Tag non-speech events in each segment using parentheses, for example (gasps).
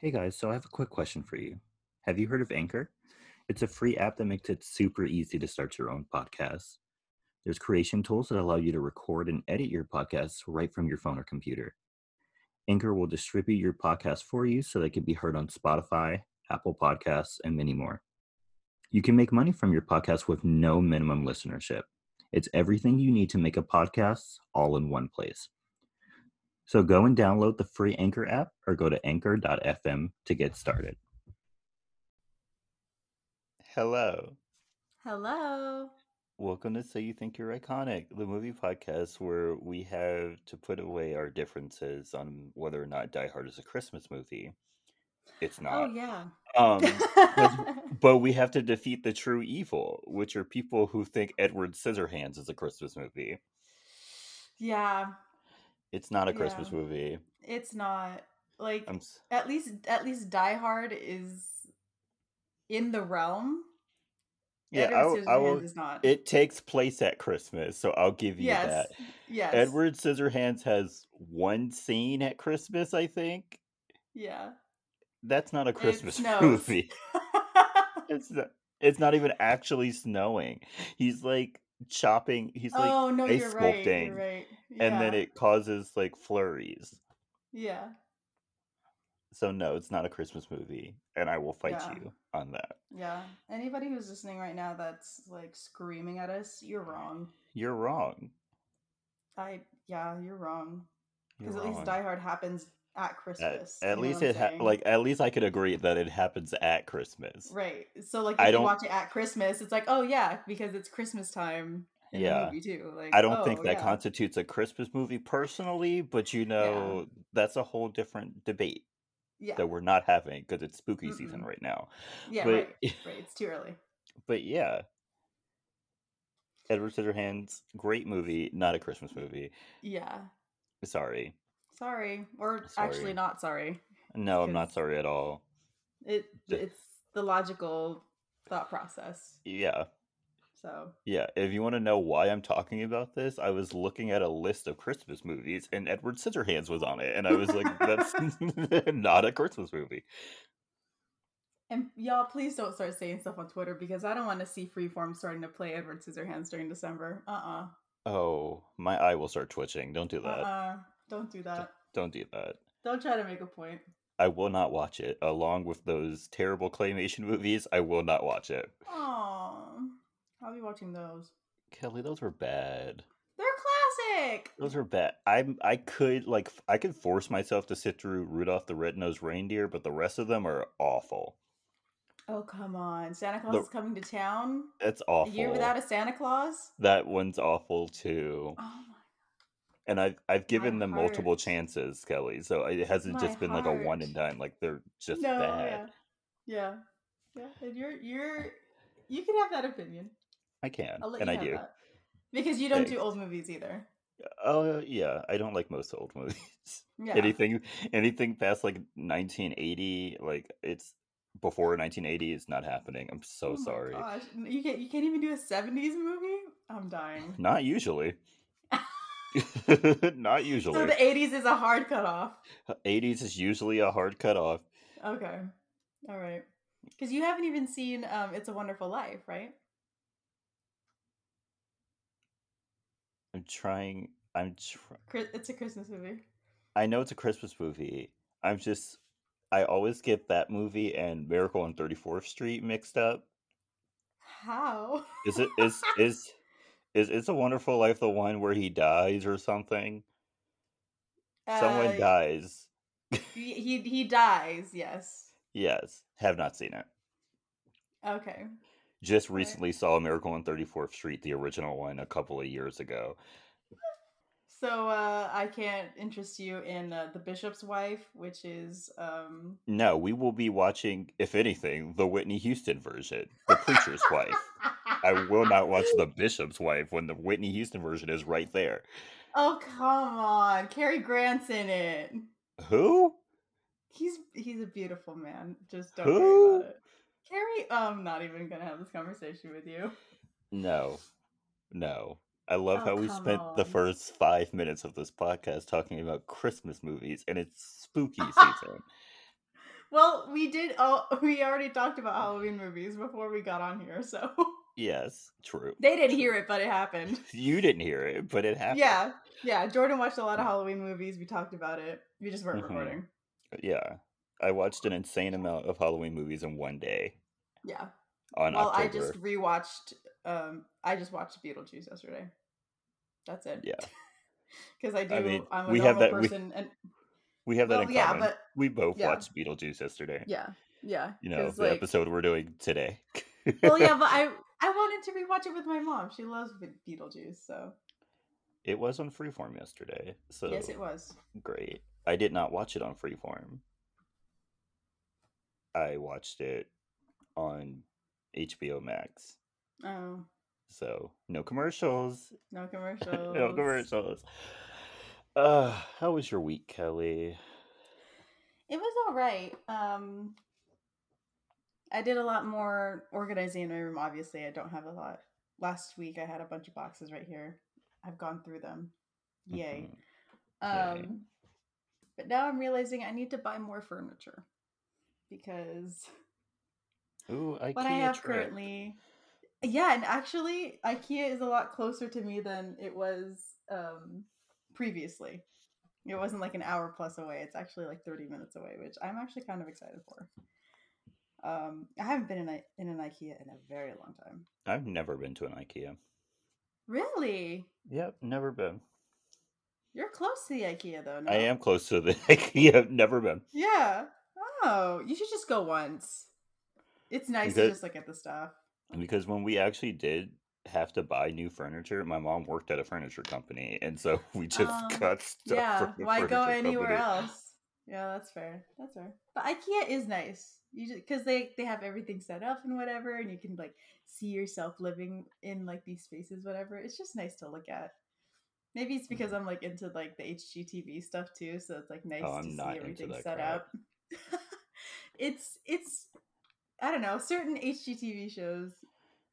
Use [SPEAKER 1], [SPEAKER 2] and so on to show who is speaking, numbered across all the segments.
[SPEAKER 1] Hey guys, so I have a quick question for you. Have you heard of Anchor? It's a free app that makes it super easy to start your own podcast. There's creation tools that allow you to record and edit your podcasts right from your phone or computer. Anchor will distribute your podcast for you so they can be heard on Spotify, Apple Podcasts, and many more. You can make money from your podcast with no minimum listenership. It's everything you need to make a podcast all in one place. So go and download the free Anchor app or go to anchor.fm to get started. Hello.
[SPEAKER 2] Hello.
[SPEAKER 1] Welcome to So You Think You're Iconic, the movie podcast where we have to put away our differences on whether or not Die Hard is a Christmas movie. It's
[SPEAKER 2] Oh
[SPEAKER 1] not. (laughs)
[SPEAKER 2] yeah.
[SPEAKER 1] Um, but, but we have to defeat the true evil, which are people who think Edward Scissorhands is a Christmas movie.
[SPEAKER 2] (laughs) yeah,
[SPEAKER 1] It's not a
[SPEAKER 2] yeah.
[SPEAKER 1] Christmas movie.
[SPEAKER 2] It's not like
[SPEAKER 1] I'm s-
[SPEAKER 2] at least at least Die Hard is in the realm.
[SPEAKER 1] Yeah, I
[SPEAKER 2] Edward
[SPEAKER 1] will, I will.
[SPEAKER 2] Scissorhands is not.
[SPEAKER 1] It takes place at Christmas, so I'll give you that.
[SPEAKER 2] yes. Yes.
[SPEAKER 1] Edward Scissorhands has one scene at Christmas, I think.
[SPEAKER 2] Yeah.
[SPEAKER 1] That's not a
[SPEAKER 2] It
[SPEAKER 1] Christmas (laughs)
[SPEAKER 2] snows.
[SPEAKER 1] movie.
[SPEAKER 2] (laughs)
[SPEAKER 1] It's not, it's not even actually snowing. He's like chopping, he's like
[SPEAKER 2] oh no,
[SPEAKER 1] ice
[SPEAKER 2] you're right. You're
[SPEAKER 1] sculpting,
[SPEAKER 2] right.
[SPEAKER 1] and then
[SPEAKER 2] Yeah.
[SPEAKER 1] it causes like flurries.
[SPEAKER 2] Yeah.
[SPEAKER 1] So, no, it's not a Christmas movie, and I will fight
[SPEAKER 2] Yeah.
[SPEAKER 1] you on that.
[SPEAKER 2] Yeah. Anybody who's listening right now that's like screaming at us, you're wrong.
[SPEAKER 1] You're wrong.
[SPEAKER 2] I yeah, you're wrong.
[SPEAKER 1] You're
[SPEAKER 2] Because at least
[SPEAKER 1] wrong.
[SPEAKER 2] Die Hard happens at
[SPEAKER 1] At,
[SPEAKER 2] Christmas.
[SPEAKER 1] at
[SPEAKER 2] You know
[SPEAKER 1] least
[SPEAKER 2] what I'm
[SPEAKER 1] it ha-
[SPEAKER 2] saying?
[SPEAKER 1] like at least I could agree that it happens at Christmas.
[SPEAKER 2] Right. So like
[SPEAKER 1] I
[SPEAKER 2] if you
[SPEAKER 1] don't
[SPEAKER 2] watch it at Christmas, it's like, oh yeah, because it's Christmas time in the
[SPEAKER 1] yeah.
[SPEAKER 2] movie too. Like,
[SPEAKER 1] I don't think
[SPEAKER 2] oh
[SPEAKER 1] that
[SPEAKER 2] yeah.
[SPEAKER 1] constitutes a Christmas movie personally, but you
[SPEAKER 2] Yeah.
[SPEAKER 1] know, that's a whole different debate
[SPEAKER 2] Yeah.
[SPEAKER 1] that we're not having because it's spooky season
[SPEAKER 2] Mm-mm.
[SPEAKER 1] right now.
[SPEAKER 2] Yeah,
[SPEAKER 1] But
[SPEAKER 2] right. Right. It's too early.
[SPEAKER 1] (laughs) but yeah, Edward Scissorhands, great movie, not a Christmas movie.
[SPEAKER 2] Yeah.
[SPEAKER 1] Sorry.
[SPEAKER 2] Sorry. Or actually
[SPEAKER 1] Sorry.
[SPEAKER 2] not sorry.
[SPEAKER 1] No, I'm
[SPEAKER 2] Because
[SPEAKER 1] not sorry at all.
[SPEAKER 2] it
[SPEAKER 1] D-
[SPEAKER 2] it's the logical thought process.
[SPEAKER 1] Yeah.
[SPEAKER 2] So
[SPEAKER 1] Yeah, if you want to know why I'm talking about this, I was looking at a list of Christmas movies and Edward Scissorhands was on it and I was like
[SPEAKER 2] (laughs)
[SPEAKER 1] that's (laughs) not a Christmas movie.
[SPEAKER 2] And y'all please don't start saying stuff on Twitter because I don't want to see freeform starting to play Edward Scissorhands during December. Uh-uh.
[SPEAKER 1] Oh, my eye will start twitching. Don't do that.
[SPEAKER 2] Uh-uh. Don't do
[SPEAKER 1] Don't,
[SPEAKER 2] that.
[SPEAKER 1] don't do that.
[SPEAKER 2] Don't try to make a point.
[SPEAKER 1] I will not watch it. Along with those terrible claymation (laughs) movies, I will not watch it.
[SPEAKER 2] Oh, I'll be watching those.
[SPEAKER 1] Kelly, those were bad.
[SPEAKER 2] They're classic.
[SPEAKER 1] Those were bad. I'm I could like f- I could force myself to sit through Rudolph the Red-Nosed Reindeer, but the rest of them are awful.
[SPEAKER 2] Oh, come on. Santa Claus
[SPEAKER 1] The
[SPEAKER 2] is coming to town.
[SPEAKER 1] that's
[SPEAKER 2] A year without
[SPEAKER 1] awful.
[SPEAKER 2] a Santa Claus.
[SPEAKER 1] That one's awful too.
[SPEAKER 2] Oh,
[SPEAKER 1] And I've I've
[SPEAKER 2] my, my
[SPEAKER 1] given them multiple
[SPEAKER 2] heart.
[SPEAKER 1] chances, Kelly. So it hasn't
[SPEAKER 2] My
[SPEAKER 1] just been like a one
[SPEAKER 2] heart.
[SPEAKER 1] and done. Like they're just
[SPEAKER 2] No,
[SPEAKER 1] bad.
[SPEAKER 2] yeah. Yeah. Yeah. And you're, you're, you can have that opinion.
[SPEAKER 1] I can
[SPEAKER 2] I'll let
[SPEAKER 1] and
[SPEAKER 2] you
[SPEAKER 1] I
[SPEAKER 2] have
[SPEAKER 1] do.
[SPEAKER 2] that. Because you don't do
[SPEAKER 1] Thanks.
[SPEAKER 2] old movies either.
[SPEAKER 1] Oh yeah, I don't like most old (laughs) movies.
[SPEAKER 2] Yeah.
[SPEAKER 1] anything anything past like 1980, like it's before 1980 is not happening. I'm so
[SPEAKER 2] Oh my
[SPEAKER 1] sorry.
[SPEAKER 2] gosh. N- You can't, you can't even do a 70s movie?
[SPEAKER 1] (laughs)
[SPEAKER 2] I'm dying.
[SPEAKER 1] Not usually. not
[SPEAKER 2] (laughs) So
[SPEAKER 1] usually.
[SPEAKER 2] the 80s is a hard cutoff.
[SPEAKER 1] 80s is usually a hard cutoff.
[SPEAKER 2] Okay. All right. Because you haven't even seen um, It's a Wonderful Life, right?
[SPEAKER 1] I'm trying I'm tr-
[SPEAKER 2] Chri- It's a Christmas movie.
[SPEAKER 1] I know it's a Christmas movie. I'm just I always get that movie and Miracle on 34th Street mixed up.
[SPEAKER 2] How?
[SPEAKER 1] Is it is is is It's a Wonderful Life the one where he dies or something? Someone
[SPEAKER 2] (laughs) uh,
[SPEAKER 1] dies.
[SPEAKER 2] he he he dies. Yes.
[SPEAKER 1] Yes, have not seen it.
[SPEAKER 2] Okay.
[SPEAKER 1] Just
[SPEAKER 2] All right.
[SPEAKER 1] recently saw Miracle on 34th Street, the original one, a couple of years ago.
[SPEAKER 2] So uh, I can't interest you in uh, the Bishop's Wife, which is um.
[SPEAKER 1] No, we will be watching, if anything, the Whitney Houston version, The Preacher's Wife.
[SPEAKER 2] (laughs)
[SPEAKER 1] I will not watch The Bishop's Wife when the Whitney Houston version is right there.
[SPEAKER 2] oh come on, Cary Grant's in it.
[SPEAKER 1] Who?
[SPEAKER 2] He's he's a beautiful man. Just don't worry about
[SPEAKER 1] Who?
[SPEAKER 2] it. Cary, I'm not even gonna have this conversation with you.
[SPEAKER 1] No, no. I love
[SPEAKER 2] Oh
[SPEAKER 1] how we
[SPEAKER 2] come
[SPEAKER 1] spent the
[SPEAKER 2] on.
[SPEAKER 1] first five
[SPEAKER 2] (laughs)
[SPEAKER 1] minutes of this podcast talking about Christmas movies, and it's spooky season.
[SPEAKER 2] Well, we did. Oh, (laughs) we already talked about Halloween movies before we got on here, so (laughs)
[SPEAKER 1] Yes, true.
[SPEAKER 2] they didn't hear it, but
[SPEAKER 1] (laughs)
[SPEAKER 2] it happened.
[SPEAKER 1] You didn't hear it, but it happened.
[SPEAKER 2] Yeah, yeah. Jordan watched a lot
[SPEAKER 1] Mm.
[SPEAKER 2] of Halloween movies. We talked about it. We just weren't
[SPEAKER 1] Mhm.
[SPEAKER 2] recording.
[SPEAKER 1] Yeah. I watched an insane amount of Halloween movies in one day
[SPEAKER 2] Yeah.
[SPEAKER 1] on
[SPEAKER 2] well,
[SPEAKER 1] October.
[SPEAKER 2] I just rewatched. Um, I just watched Beetlejuice yesterday. That's it. (laughs)
[SPEAKER 1] Yeah.
[SPEAKER 2] Because I do. I
[SPEAKER 1] mean,
[SPEAKER 2] am a
[SPEAKER 1] we
[SPEAKER 2] normal
[SPEAKER 1] have that- we-
[SPEAKER 2] person,
[SPEAKER 1] (laughs)
[SPEAKER 2] and
[SPEAKER 1] we have that
[SPEAKER 2] well,
[SPEAKER 1] in
[SPEAKER 2] yeah,
[SPEAKER 1] common.
[SPEAKER 2] but-
[SPEAKER 1] we both
[SPEAKER 2] yeah.
[SPEAKER 1] watched Beetlejuice yesterday.
[SPEAKER 2] yeah, yeah.
[SPEAKER 1] You know,
[SPEAKER 2] 'cause,
[SPEAKER 1] the episode we're doing today.
[SPEAKER 2] well, yeah, but I I wanted to rewatch it with my mom. She loves Be- Beetlejuice, so
[SPEAKER 1] (laughs) It was on Freeform yesterday. So
[SPEAKER 2] yes, it was.
[SPEAKER 1] great. I did not watch it on Freeform. I watched it on HBO Max.
[SPEAKER 2] Oh,
[SPEAKER 1] So no commercials.
[SPEAKER 2] no
[SPEAKER 1] (laughs)
[SPEAKER 2] commercials.
[SPEAKER 1] no commercials. Uh, how was your week, Kelly?
[SPEAKER 2] It was all right. Um, I did a lot more organizing in my room. Obviously, I don't have a lot. Last week, I had a bunch of boxes right here. I've gone through them. Yay.
[SPEAKER 1] Mhm.
[SPEAKER 2] Um,
[SPEAKER 1] Yay.
[SPEAKER 2] But now I'm realizing I need to buy more furniture because
[SPEAKER 1] Mm-hmm. Ooh, IKEA
[SPEAKER 2] what I have
[SPEAKER 1] trip.
[SPEAKER 2] currently. Yeah, and actually, IKEA is a lot closer to me than it was um, previously. It wasn't like an hour plus away. It's actually like 30 minutes away, which I'm actually kind of excited for. Um, I haven't been in, a, in an IKEA in a very long time.
[SPEAKER 1] I've never been to an IKEA.
[SPEAKER 2] Really?
[SPEAKER 1] Yep, never been.
[SPEAKER 2] You're close to the IKEA though.
[SPEAKER 1] I
[SPEAKER 2] no?
[SPEAKER 1] am close to the (laughs) IKEA. I've never been.
[SPEAKER 2] Yeah. Oh, you should just go once. It's nice to
[SPEAKER 1] Because-
[SPEAKER 2] just look at the stuff.
[SPEAKER 1] Because when we actually did have to buy new furniture, my mom worked at a furniture company, and so (laughs) we just
[SPEAKER 2] Um,
[SPEAKER 1] got (laughs) stuff.
[SPEAKER 2] yeah
[SPEAKER 1] from the
[SPEAKER 2] why go
[SPEAKER 1] furniture
[SPEAKER 2] anywhere
[SPEAKER 1] company.
[SPEAKER 2] else yeah that's fair that's fair but ikea is nice you just because they they have everything set up and whatever and you can like see yourself living in like these spaces whatever it's just nice to look at maybe it's because i'm like into like the hgtv stuff too so it's like nice
[SPEAKER 1] Mm-hmm. Oh, I'm
[SPEAKER 2] to
[SPEAKER 1] not
[SPEAKER 2] see
[SPEAKER 1] into
[SPEAKER 2] everything
[SPEAKER 1] that
[SPEAKER 2] set
[SPEAKER 1] crap.
[SPEAKER 2] up (laughs) it's it's i don't know certain hgtv shows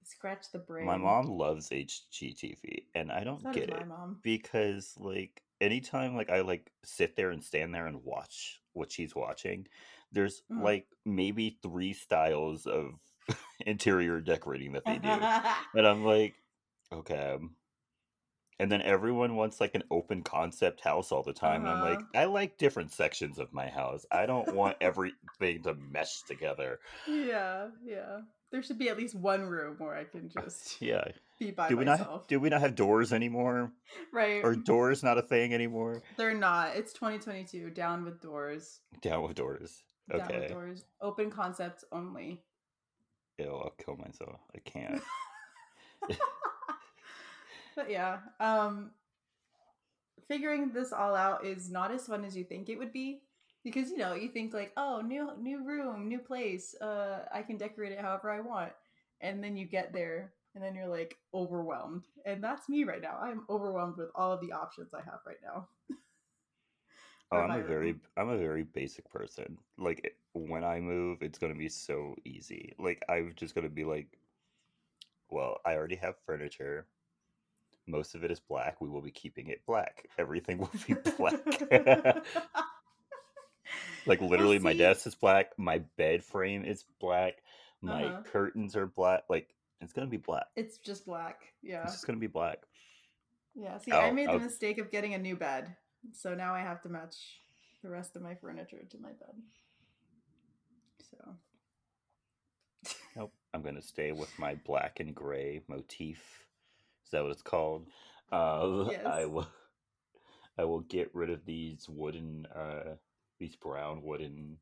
[SPEAKER 2] scratch the brain
[SPEAKER 1] My mom loves HGTV, and I don't
[SPEAKER 2] so does
[SPEAKER 1] get
[SPEAKER 2] my
[SPEAKER 1] it
[SPEAKER 2] mom
[SPEAKER 1] because, like, anytime like I like sit there and stand there and watch what she's watching, there's
[SPEAKER 2] Mhm.
[SPEAKER 1] like maybe three styles of (laughs) interior decorating that they do.
[SPEAKER 2] (laughs)
[SPEAKER 1] And I'm like, okay. And then everyone wants like an open concept house all the time. And
[SPEAKER 2] Uh-huh.
[SPEAKER 1] I'm like, I like different sections of my house. I don't want everything to mesh together.
[SPEAKER 2] Yeah, yeah. There should be at least one room where I can (laughs)
[SPEAKER 1] (laughs)
[SPEAKER 2] just
[SPEAKER 1] Yeah.
[SPEAKER 2] be by
[SPEAKER 1] Do we
[SPEAKER 2] myself.
[SPEAKER 1] not do we not have doors anymore?
[SPEAKER 2] right.
[SPEAKER 1] Or doors not a thing anymore?
[SPEAKER 2] They're not. It's 2022. Down with doors.
[SPEAKER 1] Down with doors.
[SPEAKER 2] Down with
[SPEAKER 1] Okay.
[SPEAKER 2] doors. Open concepts only.
[SPEAKER 1] Ew, I'll kill myself. I can't.
[SPEAKER 2] But yeah, um figuring this all out is not as fun as you think it would be because you know, you think like, "Oh, new new room, new place. Uh I can decorate it however I want." And then you get there and then you're like overwhelmed. And that's me right now. I'm overwhelmed with all of the options I have right now.
[SPEAKER 1] Oh,
[SPEAKER 2] Or
[SPEAKER 1] I'm
[SPEAKER 2] my
[SPEAKER 1] a
[SPEAKER 2] room.
[SPEAKER 1] very I'm a very basic person. Like it- when I move, it's gonna be so easy. Like I'm just gonna be like, well, I already have furniture. Most of it is black. We will be keeping it black. Everything (laughs) will be
[SPEAKER 2] (laughs)
[SPEAKER 1] black. (laughs) like
[SPEAKER 2] Well,
[SPEAKER 1] literally, my
[SPEAKER 2] see-
[SPEAKER 1] desk is black. My bed frame is black. My
[SPEAKER 2] Uh-huh.
[SPEAKER 1] curtains are black. Like it's gonna be black.
[SPEAKER 2] It's just black. Yeah.
[SPEAKER 1] It's just gonna be black.
[SPEAKER 2] Yeah. See, I
[SPEAKER 1] I'll-
[SPEAKER 2] made the
[SPEAKER 1] I'll-
[SPEAKER 2] mistake of getting a new bed. So now I have to match the rest of my furniture to my bed. So,
[SPEAKER 1] Nope. I'm gonna stay with my black and gray motif. Is that what it's called? Uh, I
[SPEAKER 2] Yes.
[SPEAKER 1] will. I will get rid of these wooden, uh, these brown wooden,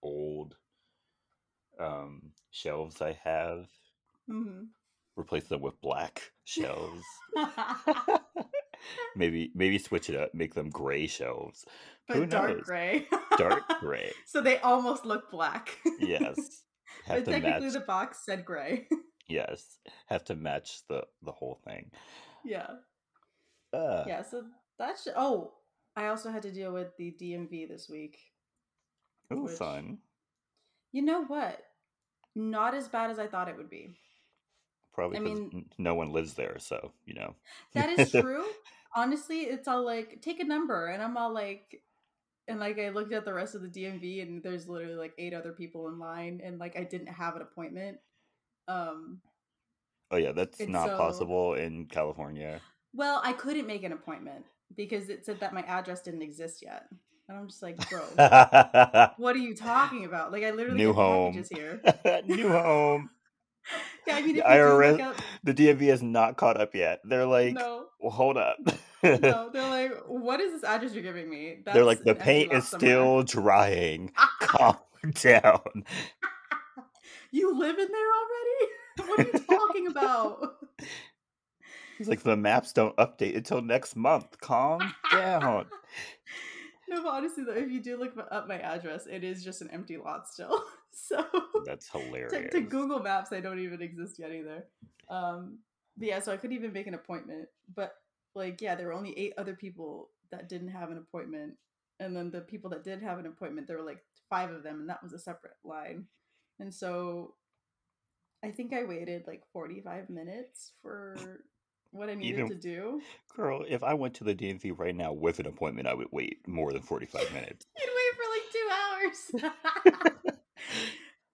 [SPEAKER 1] old um, shelves I have.
[SPEAKER 2] mhm.
[SPEAKER 1] Replace them with black shelves.
[SPEAKER 2] mm-hmm. (laughs)
[SPEAKER 1] maybe maybe switch it up. Make them gray shelves.
[SPEAKER 2] but
[SPEAKER 1] Who
[SPEAKER 2] dark
[SPEAKER 1] knows?
[SPEAKER 2] gray. (laughs)
[SPEAKER 1] Dark gray.
[SPEAKER 2] so they almost look black. (laughs)
[SPEAKER 1] Yes. Have
[SPEAKER 2] but
[SPEAKER 1] to
[SPEAKER 2] technically,
[SPEAKER 1] match.
[SPEAKER 2] the box said gray. (laughs)
[SPEAKER 1] Yes. Have to match the the whole thing.
[SPEAKER 2] yeah.
[SPEAKER 1] Uh,
[SPEAKER 2] yeah so that's oh i also had to deal with the dmv this week
[SPEAKER 1] Ooh,
[SPEAKER 2] which-
[SPEAKER 1] fun.
[SPEAKER 2] you know what not as bad as i thought it would be
[SPEAKER 1] Probably
[SPEAKER 2] I
[SPEAKER 1] because
[SPEAKER 2] mean-
[SPEAKER 1] no one lives there, so you know. (laughs)
[SPEAKER 2] that is true honestly it's all like take a number and i'm all like and like I looked at the rest of the DMV and there's literally like eight other people in line and like I didn't have an appointment. Um
[SPEAKER 1] Oh yeah, that's
[SPEAKER 2] And
[SPEAKER 1] not
[SPEAKER 2] so-
[SPEAKER 1] possible in
[SPEAKER 2] (laughs)
[SPEAKER 1] California. (laughs)
[SPEAKER 2] well, I couldn't make an appointment because it said that my address didn't exist yet. And I'm just like,
[SPEAKER 1] (laughs)
[SPEAKER 2] bro, what are you talking about? Like I literally
[SPEAKER 1] New
[SPEAKER 2] have
[SPEAKER 1] home.
[SPEAKER 2] packages
[SPEAKER 1] (laughs)
[SPEAKER 2] here.
[SPEAKER 1] New home.
[SPEAKER 2] Yeah, I mean
[SPEAKER 1] The
[SPEAKER 2] if you do
[SPEAKER 1] IRS
[SPEAKER 2] look up-
[SPEAKER 1] The DMV has not caught up yet. They're (laughs) like, (laughs)
[SPEAKER 2] no,
[SPEAKER 1] well, hold up.
[SPEAKER 2] no, they're like, what is this address you're giving me? That's
[SPEAKER 1] They're like, the
[SPEAKER 2] an empty
[SPEAKER 1] paint
[SPEAKER 2] lot
[SPEAKER 1] is
[SPEAKER 2] somewhere."
[SPEAKER 1] still
[SPEAKER 2] (laughs)
[SPEAKER 1] drying. Calm (laughs) down.
[SPEAKER 2] You live in there already? (laughs) what are you talking about?
[SPEAKER 1] It's
[SPEAKER 2] (laughs)
[SPEAKER 1] like the maps don't update until next month. Calm
[SPEAKER 2] (laughs)
[SPEAKER 1] down.
[SPEAKER 2] No, but honestly though, if you do look up my address, it is just an empty lot still. (laughs) So
[SPEAKER 1] That's
[SPEAKER 2] to,
[SPEAKER 1] hilarious.
[SPEAKER 2] to Google Maps, I don't even exist yet either. Um, but yeah, so I couldn't even make an appointment. But like, yeah, there were only eight other people that didn't have an appointment, and then the people that did have an appointment, there were like five of them, and that was a separate line. And so, I think I waited like forty-five minutes for what I needed
[SPEAKER 1] Even-
[SPEAKER 2] to do.
[SPEAKER 1] Girl, if I went to the DMV right now with an appointment, I would wait more than 45
[SPEAKER 2] (laughs)
[SPEAKER 1] minutes.
[SPEAKER 2] You'd wait for like two hours. (laughs)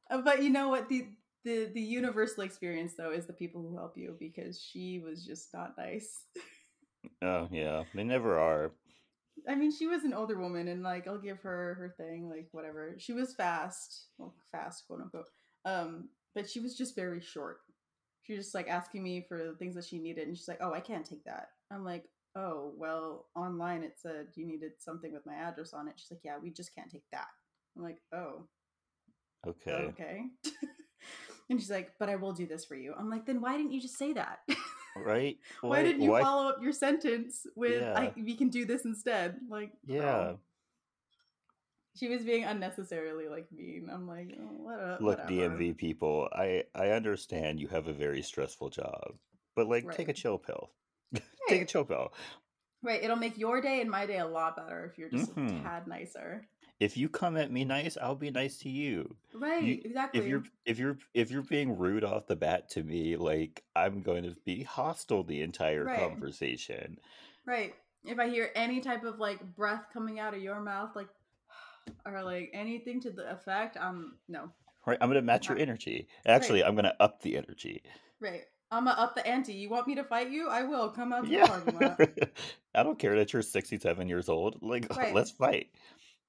[SPEAKER 2] Uh, but you know what the the the universal experience though is the people who help you because she was just not nice. (laughs)
[SPEAKER 1] Oh, yeah. They never are.
[SPEAKER 2] I mean, she was an older woman, and like I'll give her her thing, like whatever. She was fast, well, fast quote unquote. Um, but she was just very short. She was just like asking me for the things that she needed, and she's like, "Oh, I can't take that." I'm like, "Oh, well, online it said you needed something with my address on it." She's like, "Yeah, we just can't take that." I'm like, "Oh,
[SPEAKER 1] Okay.
[SPEAKER 2] okay." (laughs) and she's like, "But I will do this for you." I'm like, "Then why didn't you just say that?" (laughs)
[SPEAKER 1] Right?
[SPEAKER 2] why didn't you follow up your sentence with I,
[SPEAKER 1] Yeah.
[SPEAKER 2] we can do this instead like girl.
[SPEAKER 1] Yeah.
[SPEAKER 2] she was being unnecessarily like mean i'm like oh, what a,
[SPEAKER 1] (laughs) Look,
[SPEAKER 2] whatever.
[SPEAKER 1] DMV people, I I understand you have a very stressful job, but like take a
[SPEAKER 2] Right.
[SPEAKER 1] chill pill. take a
[SPEAKER 2] Right.
[SPEAKER 1] chill pill.
[SPEAKER 2] right it'll make your day and my day a lot better if you're just
[SPEAKER 1] Mhm.
[SPEAKER 2] a tad nicer
[SPEAKER 1] If you come at me nice, I'll be nice to you.
[SPEAKER 2] right
[SPEAKER 1] You-
[SPEAKER 2] exactly
[SPEAKER 1] If you're if you're if you're being rude off the bat to me, like I'm going to be hostile the entire
[SPEAKER 2] Right.
[SPEAKER 1] conversation.
[SPEAKER 2] right if i hear any type of like breath coming out of your mouth like (sighs) or like anything to the effect i'm no
[SPEAKER 1] Right? I'm going to match your
[SPEAKER 2] Right.
[SPEAKER 1] energy. Actually, I'm going to up the energy.
[SPEAKER 2] right i'm gonna up the ante you want me to fight you i will come out to the
[SPEAKER 1] Yeah.
[SPEAKER 2] parking
[SPEAKER 1] (laughs)
[SPEAKER 2] lot
[SPEAKER 1] I don't care that you're 67 years old. Like (laughs)
[SPEAKER 2] Right.
[SPEAKER 1] let's fight.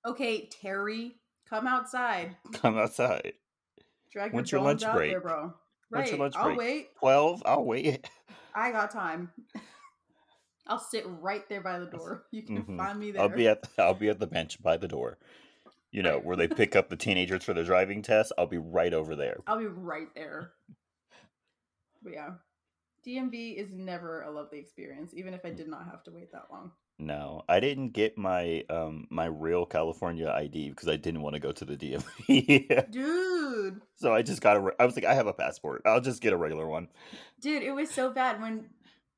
[SPEAKER 2] okay terry come outside
[SPEAKER 1] Come outside.
[SPEAKER 2] Drag
[SPEAKER 1] When's
[SPEAKER 2] your,
[SPEAKER 1] your
[SPEAKER 2] bones
[SPEAKER 1] lunch
[SPEAKER 2] out there,
[SPEAKER 1] break?
[SPEAKER 2] bro.
[SPEAKER 1] When's
[SPEAKER 2] Right.
[SPEAKER 1] your lunch
[SPEAKER 2] I'll
[SPEAKER 1] break?
[SPEAKER 2] wait.
[SPEAKER 1] 12, I'll wait.
[SPEAKER 2] I got time. (laughs) I'll sit right there by the door. You can
[SPEAKER 1] Mhm.
[SPEAKER 2] find me there.
[SPEAKER 1] I'll be at (laughs) I'll be at the bench by the door. You know, where they pick up the teenagers for their driving test. I'll be right over there.
[SPEAKER 2] I'll be right
[SPEAKER 1] (laughs)
[SPEAKER 2] there. But yeah, DMV is never a lovely experience, even if I did not have to wait that long.
[SPEAKER 1] No, I didn't get my um my real California ID because I didn't want to go to the DMV.
[SPEAKER 2] Dude,
[SPEAKER 1] (laughs) so I just got a re- I was like I have a passport. I'll just get a regular one.
[SPEAKER 2] dude, it was so bad when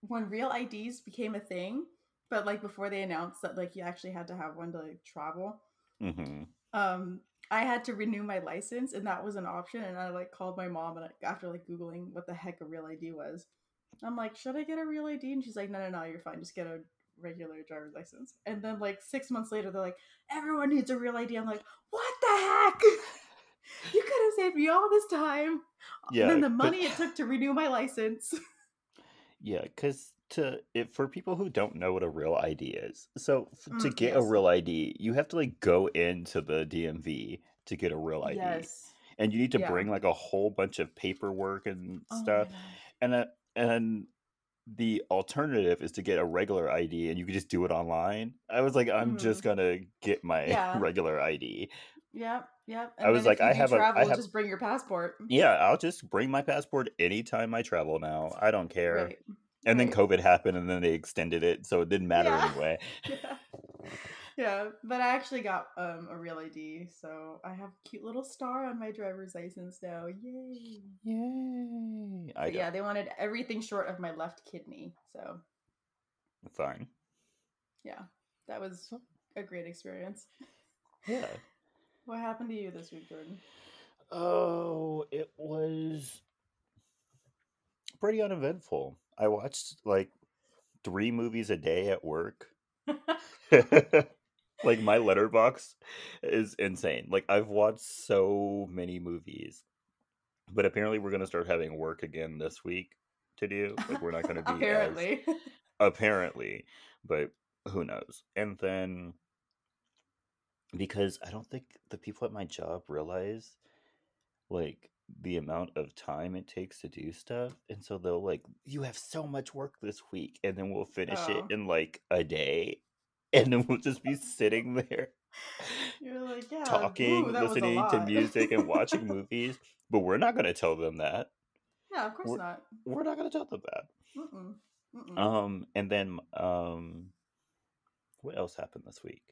[SPEAKER 2] when real IDs became a thing, but like before they announced that like you actually had to have one to like travel. Uh,
[SPEAKER 1] hmm
[SPEAKER 2] um I had to renew my license and that was an option and I like called my mom and I, after like googling what the heck a real ID was I'm like should I get a real ID and she's like no no no you're fine just get a regular driver's license and then like 6 months later they're like everyone needs a real ID I'm like what the heck (laughs) you could have saved me all this time
[SPEAKER 1] Yeah.
[SPEAKER 2] and then the
[SPEAKER 1] 'cause-
[SPEAKER 2] money it took to renew my license
[SPEAKER 1] Yeah, because to it for people who don't know what a real ID is, so f- to
[SPEAKER 2] Mm,
[SPEAKER 1] get a
[SPEAKER 2] yes.
[SPEAKER 1] real ID, you have to like go into the DMV to get a real ID,
[SPEAKER 2] yes
[SPEAKER 1] and you need to
[SPEAKER 2] yeah.
[SPEAKER 1] bring like a whole bunch of paperwork and
[SPEAKER 2] Oh my
[SPEAKER 1] stuff,
[SPEAKER 2] God.
[SPEAKER 1] and uh, and the alternative is to get a regular ID, and you can just do it online. I was like, I'm just gonna get my (laughs)
[SPEAKER 2] Mm-hmm. Yeah.
[SPEAKER 1] regular ID.
[SPEAKER 2] yep yep
[SPEAKER 1] I was
[SPEAKER 2] then
[SPEAKER 1] like,
[SPEAKER 2] if you
[SPEAKER 1] I
[SPEAKER 2] do
[SPEAKER 1] have a- I
[SPEAKER 2] travel,
[SPEAKER 1] have-
[SPEAKER 2] just bring your
[SPEAKER 1] (laughs)
[SPEAKER 2] passport
[SPEAKER 1] Yeah, I'll just bring my passport anytime I travel now. I don't care.
[SPEAKER 2] right (laughs)
[SPEAKER 1] And then
[SPEAKER 2] right.
[SPEAKER 1] COVID happened, and then they extended it, so it didn't matter
[SPEAKER 2] Yeah.
[SPEAKER 1] anyway.
[SPEAKER 2] (laughs) yeah. yeah, but I actually got um, a real ID, so I have a cute little star on my driver's license now. Yay!
[SPEAKER 1] Yay! I
[SPEAKER 2] But yeah,
[SPEAKER 1] yeah.
[SPEAKER 2] they wanted everything short of my left kidney, so
[SPEAKER 1] fine.
[SPEAKER 2] yeah, that was
[SPEAKER 1] Oh.
[SPEAKER 2] a great experience.
[SPEAKER 1] Yeah.
[SPEAKER 2] What happened to you this week, Jordan?
[SPEAKER 1] Oh, it was pretty uneventful. I watched like three movies a day at work. (laughs) like my letterbox is insane. Like I've watched so many movies, but apparently we're gonna start having work again this week to do. Like we're not (laughs) gonna be uh, as,
[SPEAKER 2] apparently. (laughs)
[SPEAKER 1] apparently, but who knows? And then because I don't think the people at my job realize like the amount of time it takes to do stuff, and so they'll like, "You have so much work this week," and then we'll finish
[SPEAKER 2] Oh.
[SPEAKER 1] it in like a day, (laughs) and then we'll just be sitting there
[SPEAKER 2] You're like, (laughs) yeah. ooh,
[SPEAKER 1] talking,
[SPEAKER 2] that was a
[SPEAKER 1] listening to
[SPEAKER 2] lot."
[SPEAKER 1] music, and
[SPEAKER 2] (laughs)
[SPEAKER 1] watching movies. But we're not going to tell them that.
[SPEAKER 2] yeah, of course
[SPEAKER 1] We're-
[SPEAKER 2] not.
[SPEAKER 1] We're not going to tell them that.
[SPEAKER 2] Mm-mm. Mm-mm.
[SPEAKER 1] Um, and then um, what else happened this week?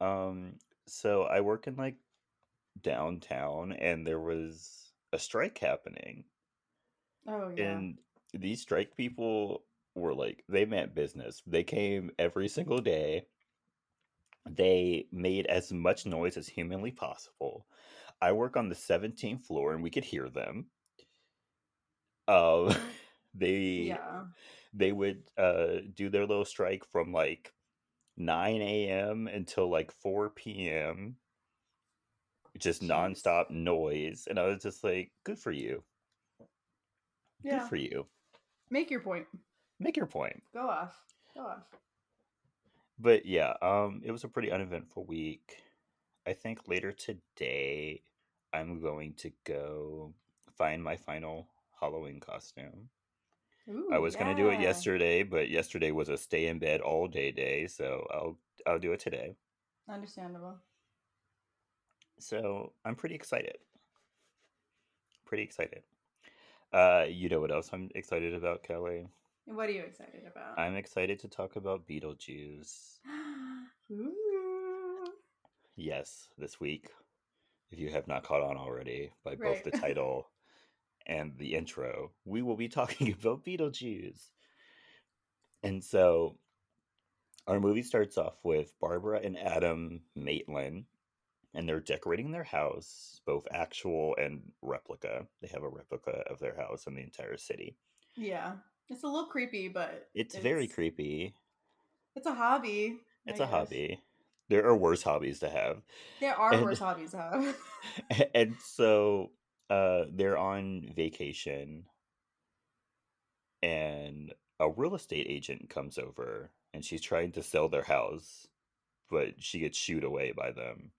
[SPEAKER 1] Um, so I work in like downtown, and there was a strike happening,
[SPEAKER 2] oh yeah.
[SPEAKER 1] and these strike people were like they meant business. They came every single day. They made as much noise as humanly possible. I work on the 17th floor and we could hear them. Um, (laughs) they
[SPEAKER 2] yeah.
[SPEAKER 1] they would uh, do their little strike from like 9 a.m. until like 4 p.m. Just
[SPEAKER 2] Jeez.
[SPEAKER 1] nonstop noise. And I was just like, good for you.
[SPEAKER 2] Yeah.
[SPEAKER 1] Good for you.
[SPEAKER 2] Make your point.
[SPEAKER 1] Make your point.
[SPEAKER 2] Go off. Go off.
[SPEAKER 1] But yeah, um, it was a pretty uneventful week. I think later today, I'm going to go find my final Halloween costume. I
[SPEAKER 2] Ooh,
[SPEAKER 1] was gonna do it
[SPEAKER 2] yeah.
[SPEAKER 1] yesterday, but yesterday was a stay in bed all day day, so I'll I'll do it today.
[SPEAKER 2] Understandable.
[SPEAKER 1] So I'm pretty excited. Pretty excited. Uh, you know what else I'm excited about, Kelly?
[SPEAKER 2] What are you excited about?
[SPEAKER 1] I'm excited to talk about Beetlejuice.
[SPEAKER 2] (gasps) Ooh.
[SPEAKER 1] Yes, this week, if you have not caught on already by both
[SPEAKER 2] Right.
[SPEAKER 1] the title and the intro, we will be (laughs) talking about Beetlejuice. And so our movie starts off with Barbara and Adam Maitland, and they're decorating their house, both actual and replica. They have a replica of their house in the entire city.
[SPEAKER 2] Yeah. It's a little creepy, but
[SPEAKER 1] It's, very creepy.
[SPEAKER 2] It's a hobby. I
[SPEAKER 1] It's a
[SPEAKER 2] guess.
[SPEAKER 1] hobby. There are worse hobbies to have.
[SPEAKER 2] There are
[SPEAKER 1] And-
[SPEAKER 2] worse hobbies, huh? (laughs)
[SPEAKER 1] (laughs) and so uh they're on vacation and a real estate agent comes over and she's trying to sell their house but she gets shooed away by them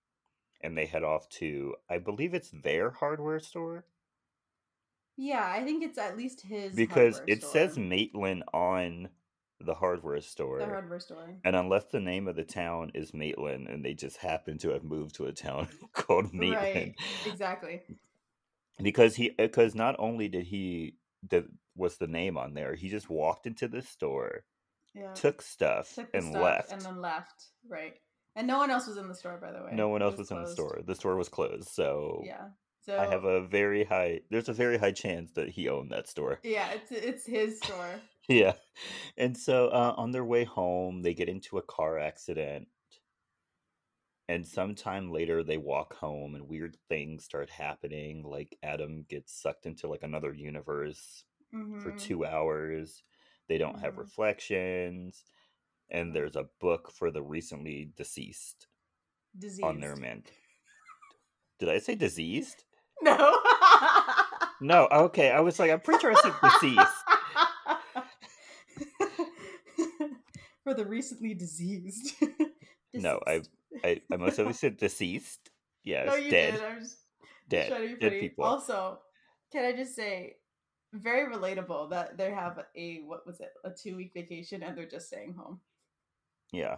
[SPEAKER 1] and they head off to i believe it's their hardware store
[SPEAKER 2] yeah, I think it's at least his
[SPEAKER 1] because
[SPEAKER 2] hardware
[SPEAKER 1] it says
[SPEAKER 2] store.
[SPEAKER 1] maitland on the hardware store
[SPEAKER 2] the hardware store.
[SPEAKER 1] and unless the name of the town is maitland and they just happen to have moved to a town (laughs) called maitland
[SPEAKER 2] Right. Exactly.
[SPEAKER 1] because he because not only did he the what's the name on there he just walked into the store
[SPEAKER 2] Yeah.
[SPEAKER 1] took stuff
[SPEAKER 2] Took the
[SPEAKER 1] and
[SPEAKER 2] stuff
[SPEAKER 1] left
[SPEAKER 2] and then left. Right. And no one else was in the store, by the way.
[SPEAKER 1] no one
[SPEAKER 2] It
[SPEAKER 1] else was, in the
[SPEAKER 2] closed.
[SPEAKER 1] store the store was closed so
[SPEAKER 2] Yeah. So
[SPEAKER 1] i have a very high there's a very high chance that he owned that store (laughs)
[SPEAKER 2] Yeah, it's it's his store.
[SPEAKER 1] yeah and so uh, on their way home they get into a car accident and sometime later they walk home and weird things start happening like adam gets sucked into like another universe for
[SPEAKER 2] Mhm.
[SPEAKER 1] two hours. They don't have
[SPEAKER 2] Mhm.
[SPEAKER 1] reflections. And there's a book for the recently deceased
[SPEAKER 2] diseased.
[SPEAKER 1] on their
[SPEAKER 2] (laughs)
[SPEAKER 1] mint. Did I say diseased?
[SPEAKER 2] No. (laughs)
[SPEAKER 1] No, okay. I was like, I'm pretty sure I said deceased.
[SPEAKER 2] For the recently diseased. (laughs)
[SPEAKER 1] No, I-
[SPEAKER 2] Deceased.
[SPEAKER 1] I, I must have said deceased. Yes,
[SPEAKER 2] no, you
[SPEAKER 1] dead,
[SPEAKER 2] did. I was
[SPEAKER 1] dead,
[SPEAKER 2] trying to be
[SPEAKER 1] dead
[SPEAKER 2] funny.
[SPEAKER 1] people.
[SPEAKER 2] Also, can I just say, very relatable that they have a what was it, a two week vacation and they're just staying home.
[SPEAKER 1] yeah.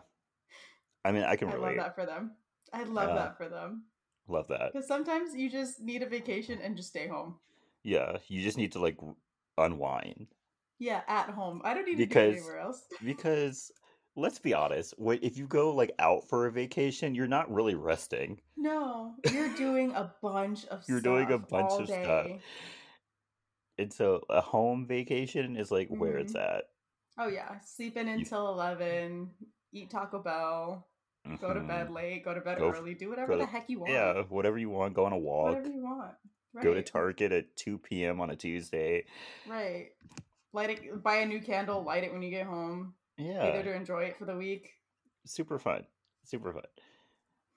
[SPEAKER 1] I mean, I can
[SPEAKER 2] I love
[SPEAKER 1] relate.
[SPEAKER 2] that for them. I love
[SPEAKER 1] Uh,
[SPEAKER 2] that for them
[SPEAKER 1] Love that.
[SPEAKER 2] (laughs) because sometimes you just need a vacation and just stay home.
[SPEAKER 1] Yeah, you just need to like r- unwind
[SPEAKER 2] Yeah, at home. I don't need to
[SPEAKER 1] Because-
[SPEAKER 2] do it anywhere else.
[SPEAKER 1] because let's be honest, wh- if you go like out for a vacation, you're not really resting.
[SPEAKER 2] No, you're doing a bunch of
[SPEAKER 1] You're doing a
[SPEAKER 2] stuff
[SPEAKER 1] bunch
[SPEAKER 2] all
[SPEAKER 1] of stuff.
[SPEAKER 2] day.
[SPEAKER 1] And so a home vacation is like where it's at.
[SPEAKER 2] Oh yeah, sleeping until eleven, eat Taco Bell, go to
[SPEAKER 1] Mhm.
[SPEAKER 2] bed late, go to bed
[SPEAKER 1] Go f-
[SPEAKER 2] early, do whatever
[SPEAKER 1] go
[SPEAKER 2] the
[SPEAKER 1] to-
[SPEAKER 2] heck you want.
[SPEAKER 1] Yeah, whatever you want. Go on a walk.
[SPEAKER 2] whatever you want. Right.
[SPEAKER 1] Go to Target at 2 p.m. on a Tuesday.
[SPEAKER 2] Right. Light it. Buy a new candle. Light it when you get home. Either
[SPEAKER 1] Yeah,
[SPEAKER 2] to enjoy it for the week
[SPEAKER 1] super fun. super fun.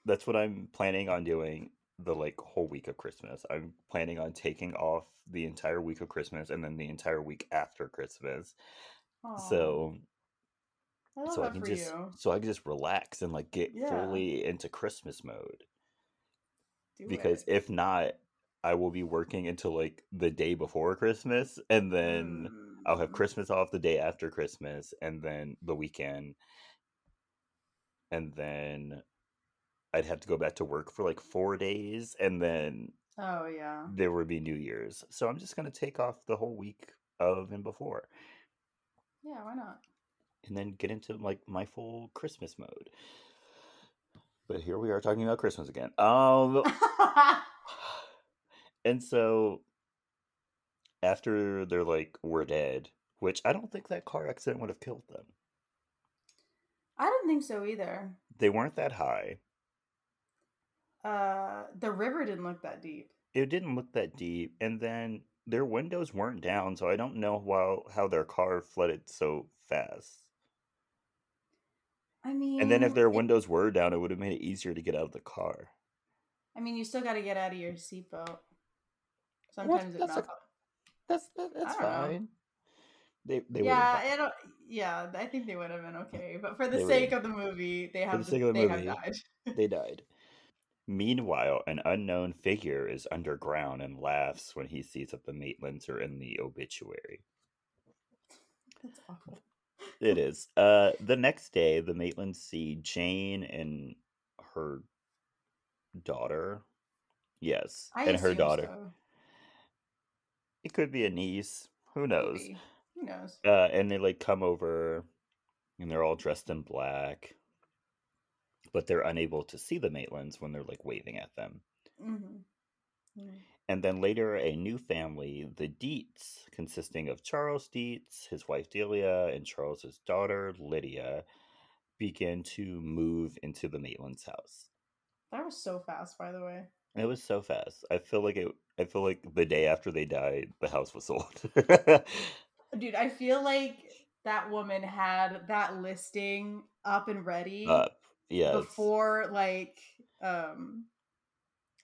[SPEAKER 1] That's what I'm planning on doing the like whole week of Christmas. I'm planning on taking off the entire week of Christmas and then the entire week after Christmas.
[SPEAKER 2] Aw,
[SPEAKER 1] So
[SPEAKER 2] I love
[SPEAKER 1] so I
[SPEAKER 2] that
[SPEAKER 1] can
[SPEAKER 2] for
[SPEAKER 1] just
[SPEAKER 2] you.
[SPEAKER 1] so I can just relax and like get
[SPEAKER 2] Yeah.
[SPEAKER 1] fully into Christmas mode.
[SPEAKER 2] Do
[SPEAKER 1] because
[SPEAKER 2] it.
[SPEAKER 1] if not, I will be working until like the day before Christmas and then I'll have
[SPEAKER 2] Mm.
[SPEAKER 1] Christmas off the day after Christmas and then the weekend. And then I'd have to go back to work for like four days and then
[SPEAKER 2] Oh yeah.
[SPEAKER 1] there would be New Year's. So I'm just going to take off the whole week of and before
[SPEAKER 2] Yeah, why not?
[SPEAKER 1] and then get into like my full Christmas mode. But here we are talking about Christmas again. Um, (sighs) and so after they're like, we're dead, which I don't think that car accident would have killed them.
[SPEAKER 2] (laughs) I don't think so either.
[SPEAKER 1] They weren't that high.
[SPEAKER 2] Uh the river didn't look that deep.
[SPEAKER 1] It didn't look that deep, and then their windows weren't down, so I don't know how how their car flooded so fast.
[SPEAKER 2] I mean
[SPEAKER 1] And then if their
[SPEAKER 2] Mm, it-
[SPEAKER 1] windows were down, it would have made it easier to get out of the car.
[SPEAKER 2] I mean you still gotta get out of your seatbelt.
[SPEAKER 1] Well,
[SPEAKER 2] Sometimes it
[SPEAKER 1] that's a-
[SPEAKER 2] melts.
[SPEAKER 1] That's that, that's
[SPEAKER 2] I don't know.
[SPEAKER 1] fine. They they would
[SPEAKER 2] Yeah,
[SPEAKER 1] have
[SPEAKER 2] I don't yeah, I think they would have been okay. But for the
[SPEAKER 1] They would've-
[SPEAKER 2] sake of the movie, they have
[SPEAKER 1] the sake of the
[SPEAKER 2] they
[SPEAKER 1] movie.
[SPEAKER 2] have died.
[SPEAKER 1] They died. Meanwhile, an unknown figure is underground and laughs when he sees that the Maitlands are in the obituary.
[SPEAKER 2] That's awful.
[SPEAKER 1] It is. Uh, the next day, the Maitlands see Jane and her daughter. Yes,
[SPEAKER 2] I
[SPEAKER 1] and her
[SPEAKER 2] assume
[SPEAKER 1] daughter.
[SPEAKER 2] so.
[SPEAKER 1] It could be a niece. Who knows?
[SPEAKER 2] Maybe. Who knows?
[SPEAKER 1] Uh, and they like come over, and they're all dressed in black, but they're unable to see the Maitlands when they're like waving at them.
[SPEAKER 2] Mhm. Mm.
[SPEAKER 1] And then later, a new family, the Dietz, consisting of Charles Dietz, his wife Delia, and Charles's daughter Lydia, began to move into the Maitland's house.
[SPEAKER 2] That was so fast, by the way.
[SPEAKER 1] And it was so fast. I feel like it. I feel like the day after they died, the house was (laughs) sold.
[SPEAKER 2] Dude, I feel like that woman had that listing up and ready
[SPEAKER 1] Up, Uh, yes.
[SPEAKER 2] before like um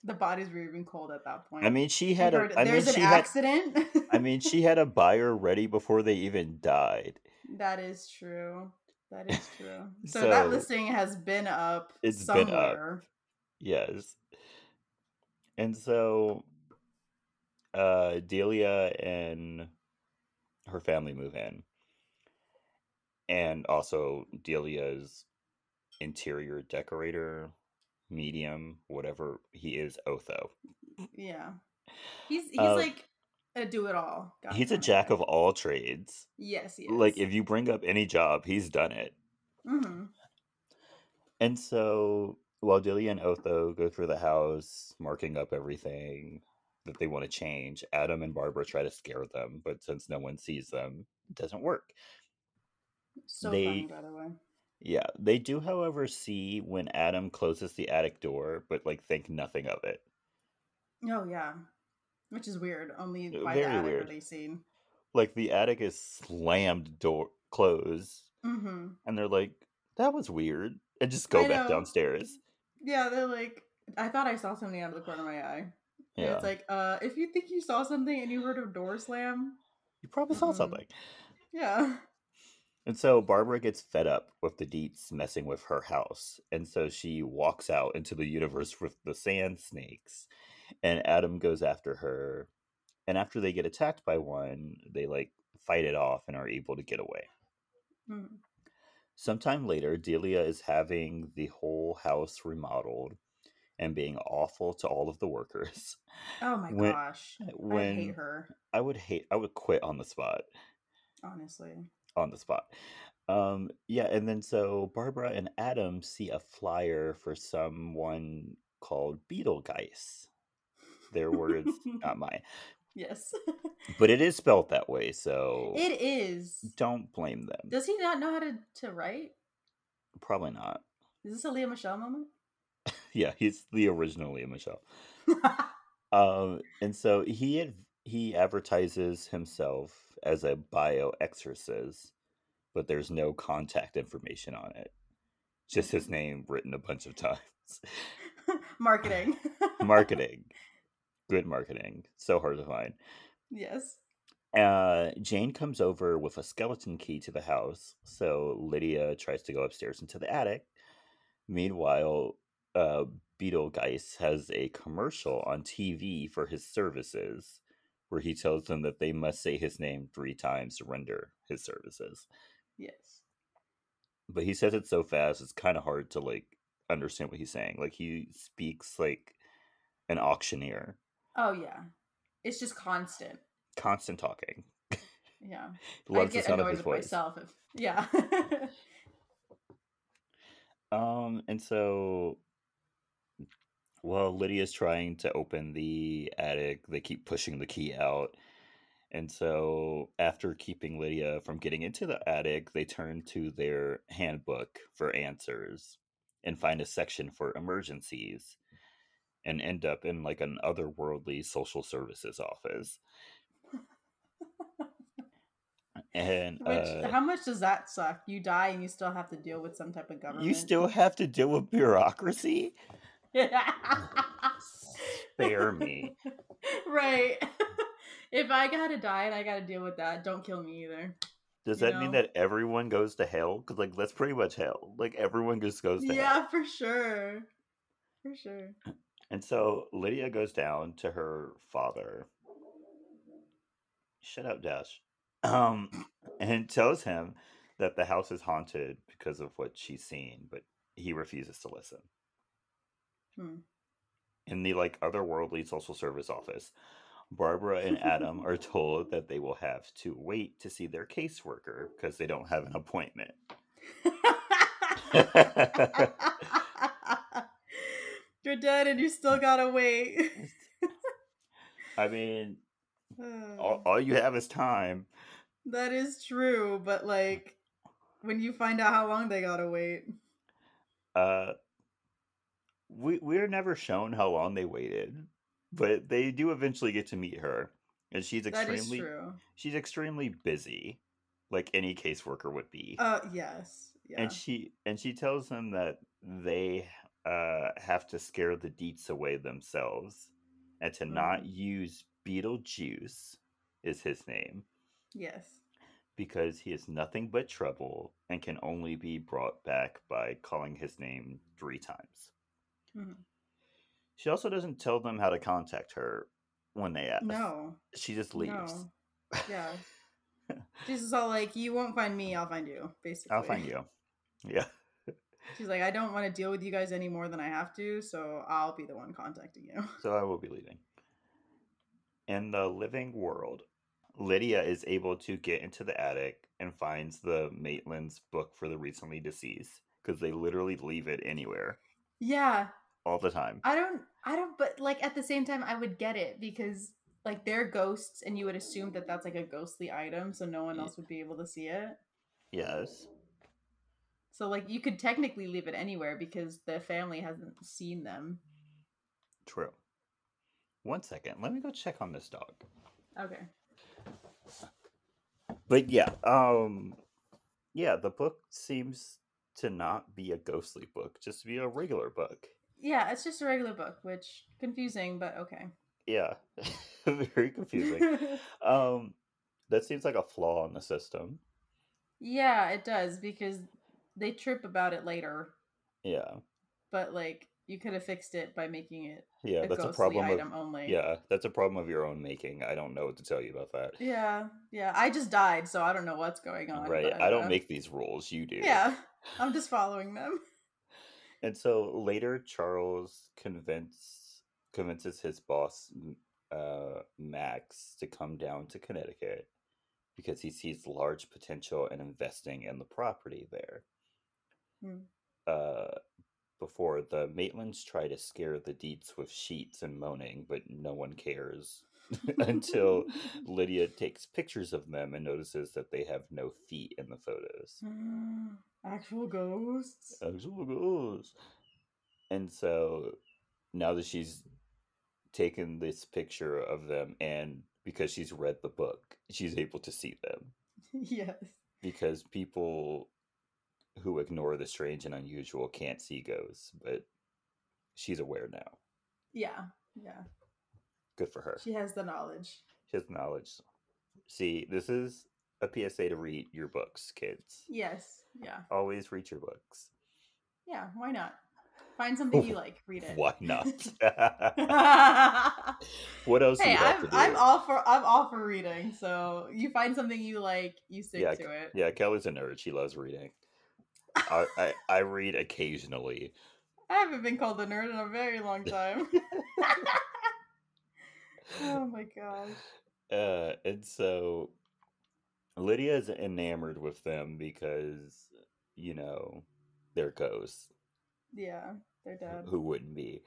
[SPEAKER 2] the bodies were even cold at that point.
[SPEAKER 1] I mean, she
[SPEAKER 2] She
[SPEAKER 1] had a.
[SPEAKER 2] heard,
[SPEAKER 1] I mean,
[SPEAKER 2] there's
[SPEAKER 1] she
[SPEAKER 2] an
[SPEAKER 1] had.
[SPEAKER 2] accident.
[SPEAKER 1] I mean, she had a buyer ready before they even died.
[SPEAKER 2] that is true. That is
[SPEAKER 1] (laughs)
[SPEAKER 2] true. So, that
[SPEAKER 1] So-
[SPEAKER 2] listing has been up
[SPEAKER 1] It's been up.
[SPEAKER 2] somewhere.
[SPEAKER 1] Yes. And so uh Delia and her family move in. And also Delia's interior decorator, medium, whatever he is, Otho.
[SPEAKER 2] Yeah. He's he's
[SPEAKER 1] Uh,
[SPEAKER 2] like a do it all.
[SPEAKER 1] he's a jack of all trades.
[SPEAKER 2] Yes, yes.
[SPEAKER 1] Like if you bring up any job, he's done it.
[SPEAKER 2] hmm
[SPEAKER 1] And so while Delia and Otho go through the house, marking up everything that they want to change, Adam and Barbara try to scare them, but since no one sees them, it doesn't work.
[SPEAKER 2] so
[SPEAKER 1] they-
[SPEAKER 2] funny by the way.
[SPEAKER 1] Yeah, they do, however, see when Adam closes the attic door, but like think nothing of it.
[SPEAKER 2] Oh yeah, which is weird. Only
[SPEAKER 1] Uh,
[SPEAKER 2] by the
[SPEAKER 1] very
[SPEAKER 2] attic
[SPEAKER 1] weird.
[SPEAKER 2] are they seen.
[SPEAKER 1] Like the attic is slammed door closed,
[SPEAKER 2] hmm
[SPEAKER 1] and they're like, "That was weird," and just
[SPEAKER 2] I
[SPEAKER 1] go back
[SPEAKER 2] know.
[SPEAKER 1] downstairs.
[SPEAKER 2] Yeah, they're like, I thought I saw something out of the corner of my eye. And
[SPEAKER 1] Yeah,
[SPEAKER 2] it's like, uh, if you think you saw something and you heard a door slam,
[SPEAKER 1] you probably saw
[SPEAKER 2] Mm-mm.
[SPEAKER 1] something.
[SPEAKER 2] yeah, (laughs)
[SPEAKER 1] And so Barbara gets fed up with the Deets messing with her house, and so she walks out into the universe with the sand snakes, and Adam goes after her. And after they get attacked by one, they like fight it off and are able to get away.
[SPEAKER 2] Mm.
[SPEAKER 1] Sometime later, Delia is having the whole house remodeled and being awful to all of the workers. (laughs)
[SPEAKER 2] oh my
[SPEAKER 1] When-
[SPEAKER 2] gosh, I
[SPEAKER 1] When
[SPEAKER 2] hate her.
[SPEAKER 1] I would hate, I would quit on the spot.
[SPEAKER 2] Honestly,
[SPEAKER 1] On the spot. Um, yeah, and then so Barbara and Adam see a flyer for someone called Beetlegeist. Their words, not mine,
[SPEAKER 2] yes, (laughs)
[SPEAKER 1] but it is spelled that way, so
[SPEAKER 2] it is.
[SPEAKER 1] don't blame them.
[SPEAKER 2] Does he not know how to to write?
[SPEAKER 1] Probably not.
[SPEAKER 2] Is this a Leah Michelle moment? (laughs)
[SPEAKER 1] Yeah, he's the original Liam Michelle. Um, and so he ad- he advertises himself as a bio exorcist, but there's no contact information on it. just his name written a bunch of (laughs) times. (laughs)
[SPEAKER 2] Marketing.
[SPEAKER 1] marketing. Good marketing. So hard to find.
[SPEAKER 2] (laughs) yes.
[SPEAKER 1] Uh, Jane comes over with a skeleton key to the house, so Lydia tries to go upstairs into the attic. Meanwhile, uh, Beetlegeist has a commercial on TV for his services where he tells them that they must say his name three times to render his services.
[SPEAKER 2] Yes.
[SPEAKER 1] But he says it so fast, it's kind of hard to like understand what he's saying. Like he speaks like an auctioneer,
[SPEAKER 2] Oh yeah. It's just constant.
[SPEAKER 1] constant talking.
[SPEAKER 2] Yeah. I
[SPEAKER 1] Loves the
[SPEAKER 2] get
[SPEAKER 1] sound of
[SPEAKER 2] annoyed
[SPEAKER 1] his
[SPEAKER 2] with
[SPEAKER 1] voice.
[SPEAKER 2] myself if yeah. (laughs)
[SPEAKER 1] Um, and so while Lydia's trying to open the attic, they keep pushing the key out. And so after keeping Lydia from getting into the attic, they turn to their handbook for answers and find a section for emergencies and end up in like an otherworldly social services
[SPEAKER 2] (laughs)
[SPEAKER 1] office. And
[SPEAKER 2] Which
[SPEAKER 1] uh,
[SPEAKER 2] how much does that suck? You die and you still have to deal with some type of government.
[SPEAKER 1] you
[SPEAKER 2] (laughs)
[SPEAKER 1] still have to deal with bureaucracy? Spare me.
[SPEAKER 2] right. (laughs) if I gotta die and I gotta deal with that, don't kill me either.
[SPEAKER 1] Does
[SPEAKER 2] you
[SPEAKER 1] that mean
[SPEAKER 2] know?
[SPEAKER 1] that everyone goes to hell? Because like that's pretty much hell. Like everyone just goes to hell.
[SPEAKER 2] Yeah, for sure.
[SPEAKER 1] (laughs)
[SPEAKER 2] For sure.
[SPEAKER 1] And so Lydia goes down to her father. Shut up, Dash. Um, and tells him that the house is haunted because of what she's seen, but he refuses to listen.
[SPEAKER 2] Hmm.
[SPEAKER 1] In the like otherworldly social service office, Barbara and Adam are told that they will have to wait to see their caseworker because they don't have an appointment. (laughs)
[SPEAKER 2] you're dead and you still gotta wait.
[SPEAKER 1] I mean, (laughs)
[SPEAKER 2] (laughs)
[SPEAKER 1] all,
[SPEAKER 2] Uh,
[SPEAKER 1] all you have is time.
[SPEAKER 2] (sighs) that is true, but like when you find out how long they gotta wait.
[SPEAKER 1] Uh, we we're never shown how long they waited, but they do eventually get to meet her, and she's
[SPEAKER 2] That is
[SPEAKER 1] extremely
[SPEAKER 2] true.
[SPEAKER 1] she's extremely busy, like any caseworker would be.
[SPEAKER 2] Uh yes. Yeah.
[SPEAKER 1] And she and she tells them that they uh have to scare the deets away themselves, and to not
[SPEAKER 2] Mm-hmm.
[SPEAKER 1] use Beetlejuice is his name.
[SPEAKER 2] yes.
[SPEAKER 1] because he is nothing but trouble and can only be brought back by calling his name three times.
[SPEAKER 2] Mhm.
[SPEAKER 1] She also doesn't tell them how to contact her when they ask.
[SPEAKER 2] No.
[SPEAKER 1] She just leaves.
[SPEAKER 2] No. Yeah.
[SPEAKER 1] (laughs)
[SPEAKER 2] This is all like, you won't find me, I'll find you, basically.
[SPEAKER 1] I'll find you. Yeah. (laughs)
[SPEAKER 2] She's like, I don't want to deal with you guys any more than I have to, so I'll be the one contacting you. (laughs)
[SPEAKER 1] So I will be leaving. In the living world, Lydia is able to get into the attic and finds the Maitland's book for the recently deceased because they literally leave it anywhere
[SPEAKER 2] Yeah.
[SPEAKER 1] all the time.
[SPEAKER 2] I don't I don't but like at the same time I would get it because like they're ghosts and you would assume that that's like a ghostly item so no one
[SPEAKER 1] Yeah.
[SPEAKER 2] else would be able to see it.
[SPEAKER 1] Yes.
[SPEAKER 2] So like you could technically leave it anywhere because the family hasn't seen them.
[SPEAKER 1] True. One second. Let me go check on this dog.
[SPEAKER 2] Okay.
[SPEAKER 1] But yeah, um yeah, the book seems to not be a ghostly book, just to be a regular book.
[SPEAKER 2] Yeah, it's just a regular book, which confusing, but okay.
[SPEAKER 1] Yeah. (laughs) Very confusing. (laughs) um that seems like a flaw in the system.
[SPEAKER 2] (laughs) yeah, it does because they trip about it later,
[SPEAKER 1] Yeah.
[SPEAKER 2] but like you could have fixed it by making it
[SPEAKER 1] Yeah,
[SPEAKER 2] a
[SPEAKER 1] that's a
[SPEAKER 2] ghostly
[SPEAKER 1] problem
[SPEAKER 2] item
[SPEAKER 1] of
[SPEAKER 2] only.
[SPEAKER 1] Yeah, that's a problem of your own making. I don't know what to tell you about that.
[SPEAKER 2] Yeah, yeah. I just died, so I don't know what's going on.
[SPEAKER 1] Right.
[SPEAKER 2] but,
[SPEAKER 1] I
[SPEAKER 2] uh,
[SPEAKER 1] don't make these rules, you do.
[SPEAKER 2] Yeah, I'm just following them.
[SPEAKER 1] And so later, Charles convince convinces his boss, M- uh, Max, to come down to Connecticut because he sees large potential in investing in the property there.
[SPEAKER 2] Hmm.
[SPEAKER 1] Uh, before the Maitlands try to scare the Deets with sheets and moaning, but no one cares (laughs) until Lydia takes pictures of them and notices that they have no feet in the photos.
[SPEAKER 2] Mm, (laughs) actual ghosts.
[SPEAKER 1] Actual ghost. "Oh And so now that she's taken this picture of them and because she's read the book, she's able to see them.
[SPEAKER 2] (laughs) yes.
[SPEAKER 1] Because people who ignore the strange and unusual can't see goes, but she's aware now.
[SPEAKER 2] Yeah. Yeah.
[SPEAKER 1] Good for her.
[SPEAKER 2] She has the knowledge.
[SPEAKER 1] She has knowledge. See, this is a PSA to read your books, kids.
[SPEAKER 2] Yes. Yeah.
[SPEAKER 1] Always read your books.
[SPEAKER 2] Yeah. Why not? Find something
[SPEAKER 1] (laughs)
[SPEAKER 2] you like, read it.
[SPEAKER 1] Why
[SPEAKER 2] (laughs)
[SPEAKER 1] not?
[SPEAKER 2] hey,
[SPEAKER 1] (laughs) what else you got
[SPEAKER 2] I'm,
[SPEAKER 1] to do?
[SPEAKER 2] I'm all for I'm all for reading. So you find something you like, you stick
[SPEAKER 1] Yeah,
[SPEAKER 2] to it.
[SPEAKER 1] yeah, Kelly's a nerd. She loves reading. I,
[SPEAKER 2] (laughs)
[SPEAKER 1] I, I read occasionally.
[SPEAKER 2] I haven't been called a nerd in a
[SPEAKER 1] (laughs)
[SPEAKER 2] very long time. (laughs) oh my gosh.
[SPEAKER 1] (laughs) uh, and so Lydia is enamored with them because you know they're ghosts.
[SPEAKER 2] Yeah, they're
[SPEAKER 1] Who-
[SPEAKER 2] dead.
[SPEAKER 1] Who wouldn't be?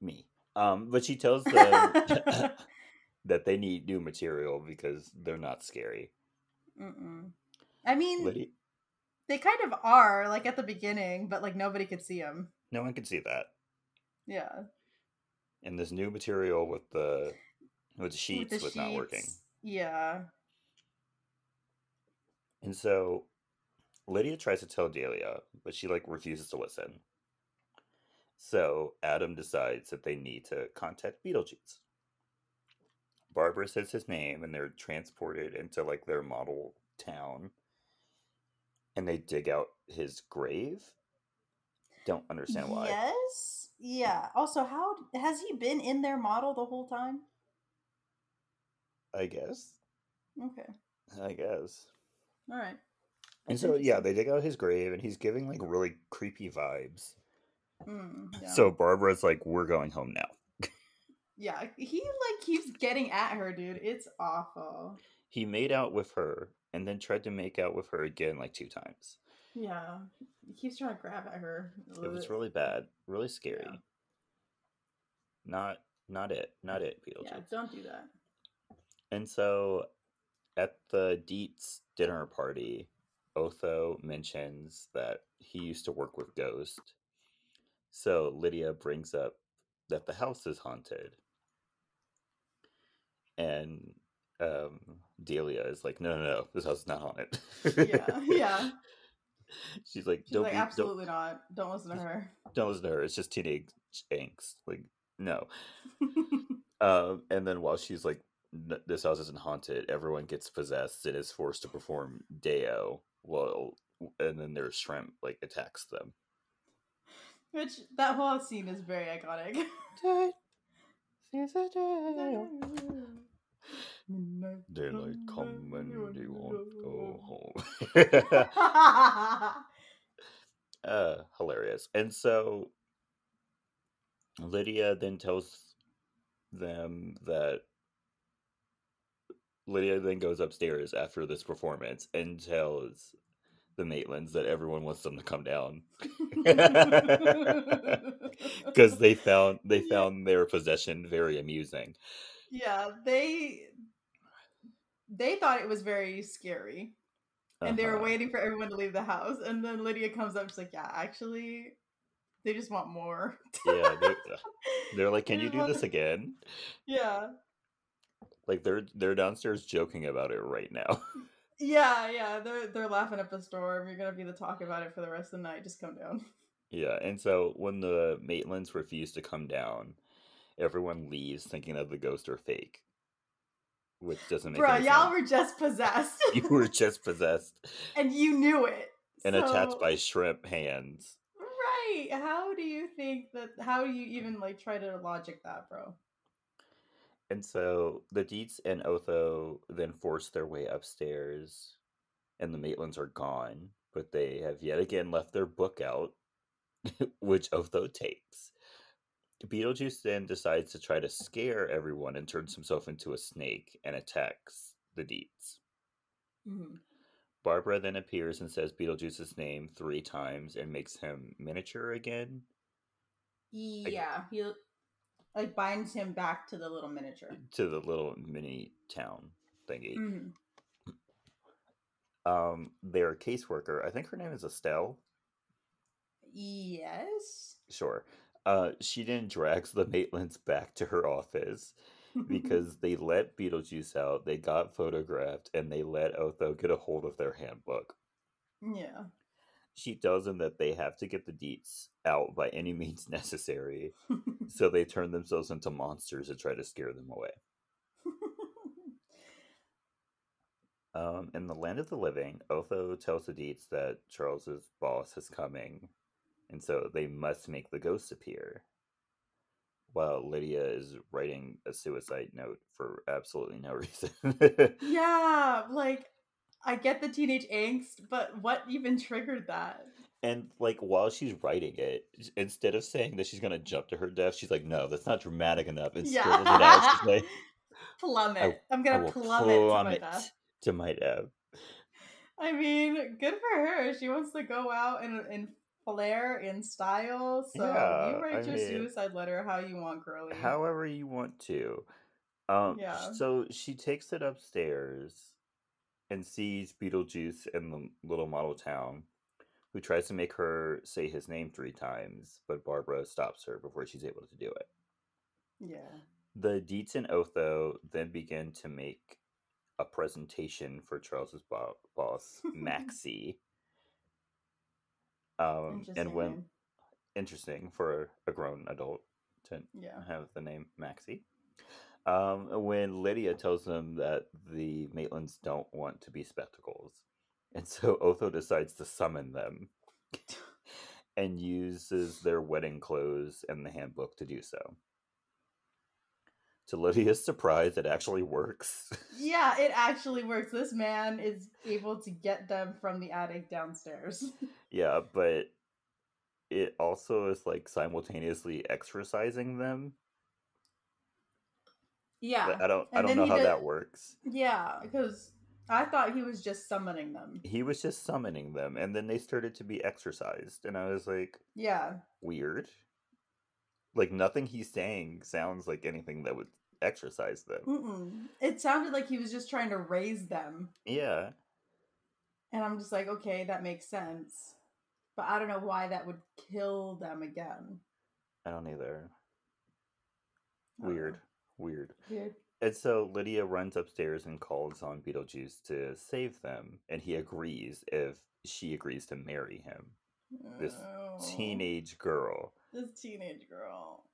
[SPEAKER 1] Me. Um, but she tells
[SPEAKER 2] (laughs)
[SPEAKER 1] them (laughs) that they need new material because they're not scary.
[SPEAKER 2] Mm-mm. I mean,
[SPEAKER 1] Lydia,
[SPEAKER 2] they kind of are, like at the beginning, but like nobody could see them.
[SPEAKER 1] no one can see that.
[SPEAKER 2] Yeah.
[SPEAKER 1] And this new material with the with the sheets
[SPEAKER 2] With the
[SPEAKER 1] was not working.
[SPEAKER 2] sheets. Yeah.
[SPEAKER 1] And so Lydia tries to tell Delia, but she like refuses to listen. So Adam decides that they need to contact Beetlejuice. Barbara says his name and they're transported into like their model town. And they dig out his grave. Don't understand why.
[SPEAKER 2] Yes. Yeah. Also, how has he been in their model the whole time?
[SPEAKER 1] I guess.
[SPEAKER 2] Okay.
[SPEAKER 1] I guess.
[SPEAKER 2] All right.
[SPEAKER 1] And
[SPEAKER 2] That's
[SPEAKER 1] so yeah,
[SPEAKER 2] interesting.
[SPEAKER 1] they dig out his grave and he's giving like really creepy vibes.
[SPEAKER 2] Mm, yeah.
[SPEAKER 1] So Barbara's like, We're going home now.
[SPEAKER 2] yeah, he like keeps getting at her, dude. It's awful.
[SPEAKER 1] he made out with her and then tried to make out with her again like two times.
[SPEAKER 2] Yeah, he keeps trying to grab at her.
[SPEAKER 1] It was
[SPEAKER 2] Ugh.
[SPEAKER 1] really bad, really scary.
[SPEAKER 2] Yeah.
[SPEAKER 1] Not not it, not it, Beetlejuice.
[SPEAKER 2] Yeah, don't do that.
[SPEAKER 1] And so at the Dietz dinner party, Otho mentions that he used to work with Ghost. So Lydia brings up that the house is haunted. And um, Delia is like, no, no, no, this house is not haunted.
[SPEAKER 2] Yeah, yeah.
[SPEAKER 1] (laughs) She's like,
[SPEAKER 2] She's
[SPEAKER 1] don't
[SPEAKER 2] like,
[SPEAKER 1] be, don't,
[SPEAKER 2] absolutely not. Don't listen to her.
[SPEAKER 1] don't listen to her. It's just teenage angst. Like, no. Um, and then while she's like, "N- this house isn't haunted, everyone gets possessed and is forced to perform Deo. Well, and then their shrimp like attacks them.
[SPEAKER 2] Which that whole scene is very iconic. (laughs)
[SPEAKER 1] Daylight come
[SPEAKER 2] (laughs)
[SPEAKER 1] and you won't go (laughs) home. uh, hilarious. And so Lydia then tells them that Lydia then goes upstairs after this performance and tells the Maitlands that everyone wants them to come down because they found they
[SPEAKER 2] Yeah.
[SPEAKER 1] found their possession very amusing.
[SPEAKER 2] (laughs) yeah they they thought it was very scary and they were
[SPEAKER 1] Uh-huh.
[SPEAKER 2] waiting for everyone to leave the house and then lydia comes up she's like yeah actually they just want more
[SPEAKER 1] yeah, they're, (laughs) they're like,
[SPEAKER 2] They
[SPEAKER 1] "Can you
[SPEAKER 2] just
[SPEAKER 1] do
[SPEAKER 2] want
[SPEAKER 1] this
[SPEAKER 2] to-
[SPEAKER 1] again?"
[SPEAKER 2] (laughs) yeah
[SPEAKER 1] Like they're they're downstairs joking about it right now.
[SPEAKER 2] yeah yeah they're, they're laughing up a storm you're gonna be the talk about it for the rest of the night just come down
[SPEAKER 1] Yeah, and so when the Maitlands refuse to come down, everyone leaves thinking that the ghosts are fake, which doesn't make
[SPEAKER 2] bruh
[SPEAKER 1] any
[SPEAKER 2] y'all
[SPEAKER 1] sense.
[SPEAKER 2] were just possessed
[SPEAKER 1] (laughs) you were just possessed
[SPEAKER 2] and you knew it
[SPEAKER 1] and
[SPEAKER 2] so-
[SPEAKER 1] attached by shrimp hands.
[SPEAKER 2] right how do you think that how do you even like try to logic that bro
[SPEAKER 1] And so the Dietz and Otho then force their way upstairs, and the Maitlands are gone, but they have yet again left their book out, (laughs) which Otho takes. Beetlejuice then decides to try to scare everyone and turns himself into a snake and attacks the Dietz.
[SPEAKER 2] Mhm.
[SPEAKER 1] Barbara then appears and says Beetlejuice's name three times and makes him miniature again.
[SPEAKER 2] yeah he like binds him back to the little miniature
[SPEAKER 1] to the little mini town thingy.
[SPEAKER 2] Mhm.
[SPEAKER 1] Um, their caseworker, I think her name is Estelle.
[SPEAKER 2] yes
[SPEAKER 1] Sure. Uh, she then drags the Maitlands back to her office
[SPEAKER 2] Mm-hmm.
[SPEAKER 1] because they let Beetlejuice out, they got photographed, and they let Otho get a hold of their handbook.
[SPEAKER 2] (laughs) Yeah. (laughs)
[SPEAKER 1] She tells them that they have to get the deets out by any means (laughs) necessary, so they turn themselves into monsters to try to scare them away. Um, in the land of the living, Otho tells the deets that Charles's boss is coming, and so they must make the ghosts appear. While Lydia is writing a suicide note for absolutely no (laughs) reason.
[SPEAKER 2] yeah, like I get the teenage angst, but what even triggered that?
[SPEAKER 1] And like while she's writing it, instead of saying that she's gonna jump to her death, she's like, "No, that's not dramatic enough." And
[SPEAKER 2] yeah.
[SPEAKER 1] scribbles it out.
[SPEAKER 2] (laughs)
[SPEAKER 1] She's like,
[SPEAKER 2] plummet. I, am
[SPEAKER 1] "I
[SPEAKER 2] gonna
[SPEAKER 1] will plummet
[SPEAKER 2] plummet, to my death.
[SPEAKER 1] to my death."
[SPEAKER 2] I mean, good for her. She wants to go out in in flair in style. So
[SPEAKER 1] Yeah,
[SPEAKER 2] you write
[SPEAKER 1] I
[SPEAKER 2] your
[SPEAKER 1] mean-
[SPEAKER 2] suicide letter how you want, girly.
[SPEAKER 1] however you want to. Um,
[SPEAKER 2] Yeah.
[SPEAKER 1] So she takes it upstairs and sees Beetlejuice in the little model town, who tries to make her say his name three times, but Barbara stops her before she's able to do it.
[SPEAKER 2] Yeah.
[SPEAKER 1] The Dietz and Otho then begin to make a presentation for Charles's bo- boss, Maxie. Um, and when
[SPEAKER 2] name.
[SPEAKER 1] interesting for a grown adult to
[SPEAKER 2] Yeah.
[SPEAKER 1] have the name Maxie. Um, when Lydia tells them that the Maitlands don't want to be spectacles, and so (laughs) Otho decides to summon them (laughs) and uses their wedding clothes and the handbook to do so. To Lydia's surprise, it actually works.
[SPEAKER 2] Yeah, it actually works. This man is able to get them from the attic downstairs.
[SPEAKER 1] (laughs)
[SPEAKER 2] (laughs)
[SPEAKER 1] yeah, but it also is like simultaneously exercising them.
[SPEAKER 2] Yeah.
[SPEAKER 1] But I don't, I
[SPEAKER 2] And
[SPEAKER 1] don't
[SPEAKER 2] then
[SPEAKER 1] know
[SPEAKER 2] he
[SPEAKER 1] how
[SPEAKER 2] does-
[SPEAKER 1] that works.
[SPEAKER 2] Yeah, because I thought he was just summoning them.
[SPEAKER 1] he was just summoning them and then they started to be exercised and i was like
[SPEAKER 2] Yeah.
[SPEAKER 1] weird like nothing he's saying sounds like anything that would exercise
[SPEAKER 2] Mm.
[SPEAKER 1] them
[SPEAKER 2] Mm-mm. It sounded like he was just trying to raise them.
[SPEAKER 1] yeah
[SPEAKER 2] And I'm just like, okay, that makes sense. But I don't know why that would kill them again.
[SPEAKER 1] i don't either
[SPEAKER 2] I don't know.
[SPEAKER 1] weird weird
[SPEAKER 2] Weird.
[SPEAKER 1] and so lydia runs upstairs and calls on beetlejuice to save them and he agrees if she agrees to marry him This
[SPEAKER 2] Oh,
[SPEAKER 1] teenage girl
[SPEAKER 2] This teenage girl.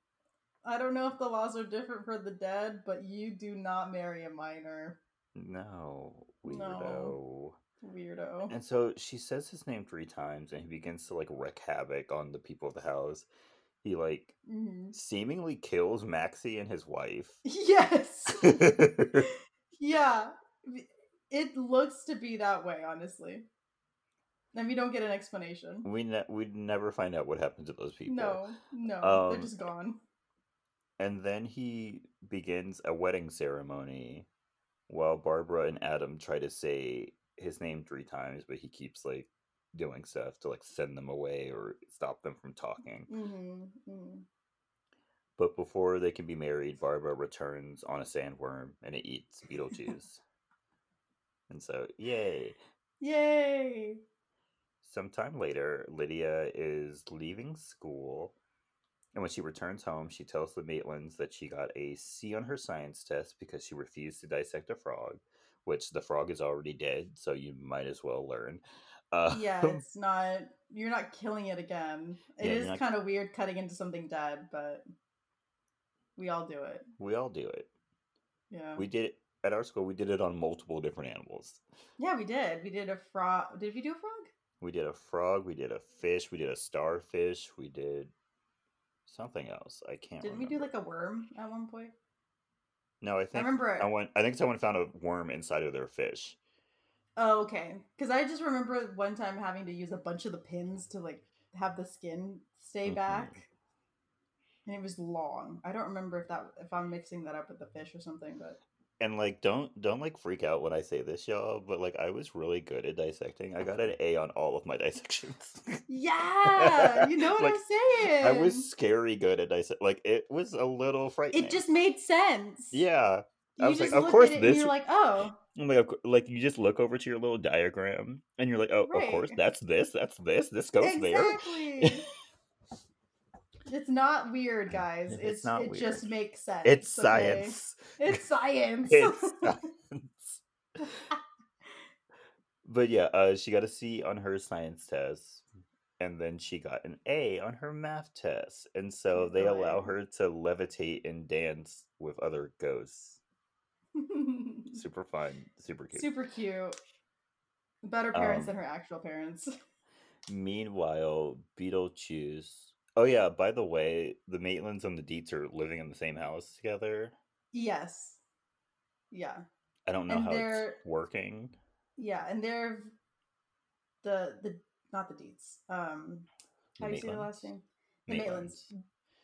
[SPEAKER 2] I don't know if the laws are different for the dead, but you do not marry a minor.
[SPEAKER 1] no
[SPEAKER 2] No.
[SPEAKER 1] weirdo
[SPEAKER 2] Weirdo.
[SPEAKER 1] And so she says his name three times and he begins to like wreak havoc on the people of the house. He like
[SPEAKER 2] Mhm.
[SPEAKER 1] seemingly kills Maxie and his wife. (laughs)
[SPEAKER 2] (laughs) Yes. yeah. It looks to be that way, honestly. And we don't get an explanation.
[SPEAKER 1] we ne- we never find out what happened to those people.
[SPEAKER 2] No, no.
[SPEAKER 1] Um,
[SPEAKER 2] they're just gone.
[SPEAKER 1] And then he begins a wedding ceremony while Barbara and Adam try to say his name three times, but he keeps like doing stuff to like send them away or stop them from talking.
[SPEAKER 2] hmm mm
[SPEAKER 1] But before they can be married, Barbara returns on a sandworm and it eats Beetlejuice. and so, yay.
[SPEAKER 2] Yay!
[SPEAKER 1] Sometime later, Lydia is leaving school. And when she returns home, she tells the Maitlands that she got a C on her science test because she refused to dissect a frog, which the frog is already dead, so you might as well learn. (laughs) Uh, (laughs)
[SPEAKER 2] Yeah, it's not. You're not killing it again. It
[SPEAKER 1] Yeah,
[SPEAKER 2] is
[SPEAKER 1] you're not-
[SPEAKER 2] kind of weird cutting into something dead, but we all do it.
[SPEAKER 1] We all do it.
[SPEAKER 2] Yeah.
[SPEAKER 1] We did it at our school, we did it on multiple different animals.
[SPEAKER 2] yeah, we did. We did a frog. Did we do a frog?
[SPEAKER 1] We did a frog. We did a fish. We did a starfish. We did something else. I can't.
[SPEAKER 2] Didn't we do like a worm at one point?
[SPEAKER 1] No, I think.
[SPEAKER 2] remember it.
[SPEAKER 1] I went. I think someone found a worm inside of their fish.
[SPEAKER 2] Oh, okay. Because I just remember one time having to use a bunch of the pins to like have the skin stay
[SPEAKER 1] Mhm.
[SPEAKER 2] back, and it was long. I don't remember if that if I'm mixing that up with the fish or something,
[SPEAKER 1] (laughs)
[SPEAKER 2] but
[SPEAKER 1] And like, don't don't like freak out when I say this, y'all. But like, I was really good at dissecting. I got an A on all of my (laughs) dissections.
[SPEAKER 2] yeah, you know what
[SPEAKER 1] Like,
[SPEAKER 2] I'm saying.
[SPEAKER 1] I was scary good at dissect. Like, it was a little frightening.
[SPEAKER 2] It just made sense.
[SPEAKER 1] Yeah.
[SPEAKER 2] You
[SPEAKER 1] I was like,
[SPEAKER 2] just
[SPEAKER 1] of
[SPEAKER 2] looked
[SPEAKER 1] course
[SPEAKER 2] at it
[SPEAKER 1] this-
[SPEAKER 2] And you're like,
[SPEAKER 1] (laughs)
[SPEAKER 2] oh,
[SPEAKER 1] I'm like, of cou- like you just look over to your little diagram, and you're like, oh, of course,
[SPEAKER 2] Right.
[SPEAKER 1] that's this, that's this, this goes there. (laughs)
[SPEAKER 2] exactly. it's not weird, guys.
[SPEAKER 1] It's
[SPEAKER 2] It's,
[SPEAKER 1] not
[SPEAKER 2] It just makes sense.
[SPEAKER 1] It's
[SPEAKER 2] okay? (laughs)
[SPEAKER 1] science.
[SPEAKER 2] It's science.
[SPEAKER 1] It's science. (laughs) But yeah, uh, she got a C on her science test, and then she got an A on her math test. And so they allow
[SPEAKER 2] Good.
[SPEAKER 1] her to levitate and dance with other ghosts. Super fun, super cute.
[SPEAKER 2] (laughs) Super cute. Better parents than
[SPEAKER 1] Um,
[SPEAKER 2] her actual parents. (laughs)
[SPEAKER 1] Meanwhile, Beetlejuice. Oh yeah, by the way, the Maitlands and the Deets are living in the same house together.
[SPEAKER 2] yes. Yeah.
[SPEAKER 1] I don't know
[SPEAKER 2] And
[SPEAKER 1] how it's
[SPEAKER 2] they're-
[SPEAKER 1] working.
[SPEAKER 2] Yeah, and they're the the not the deets. Um how do you say the last
[SPEAKER 1] Maitlands?
[SPEAKER 2] name? The Maitlands.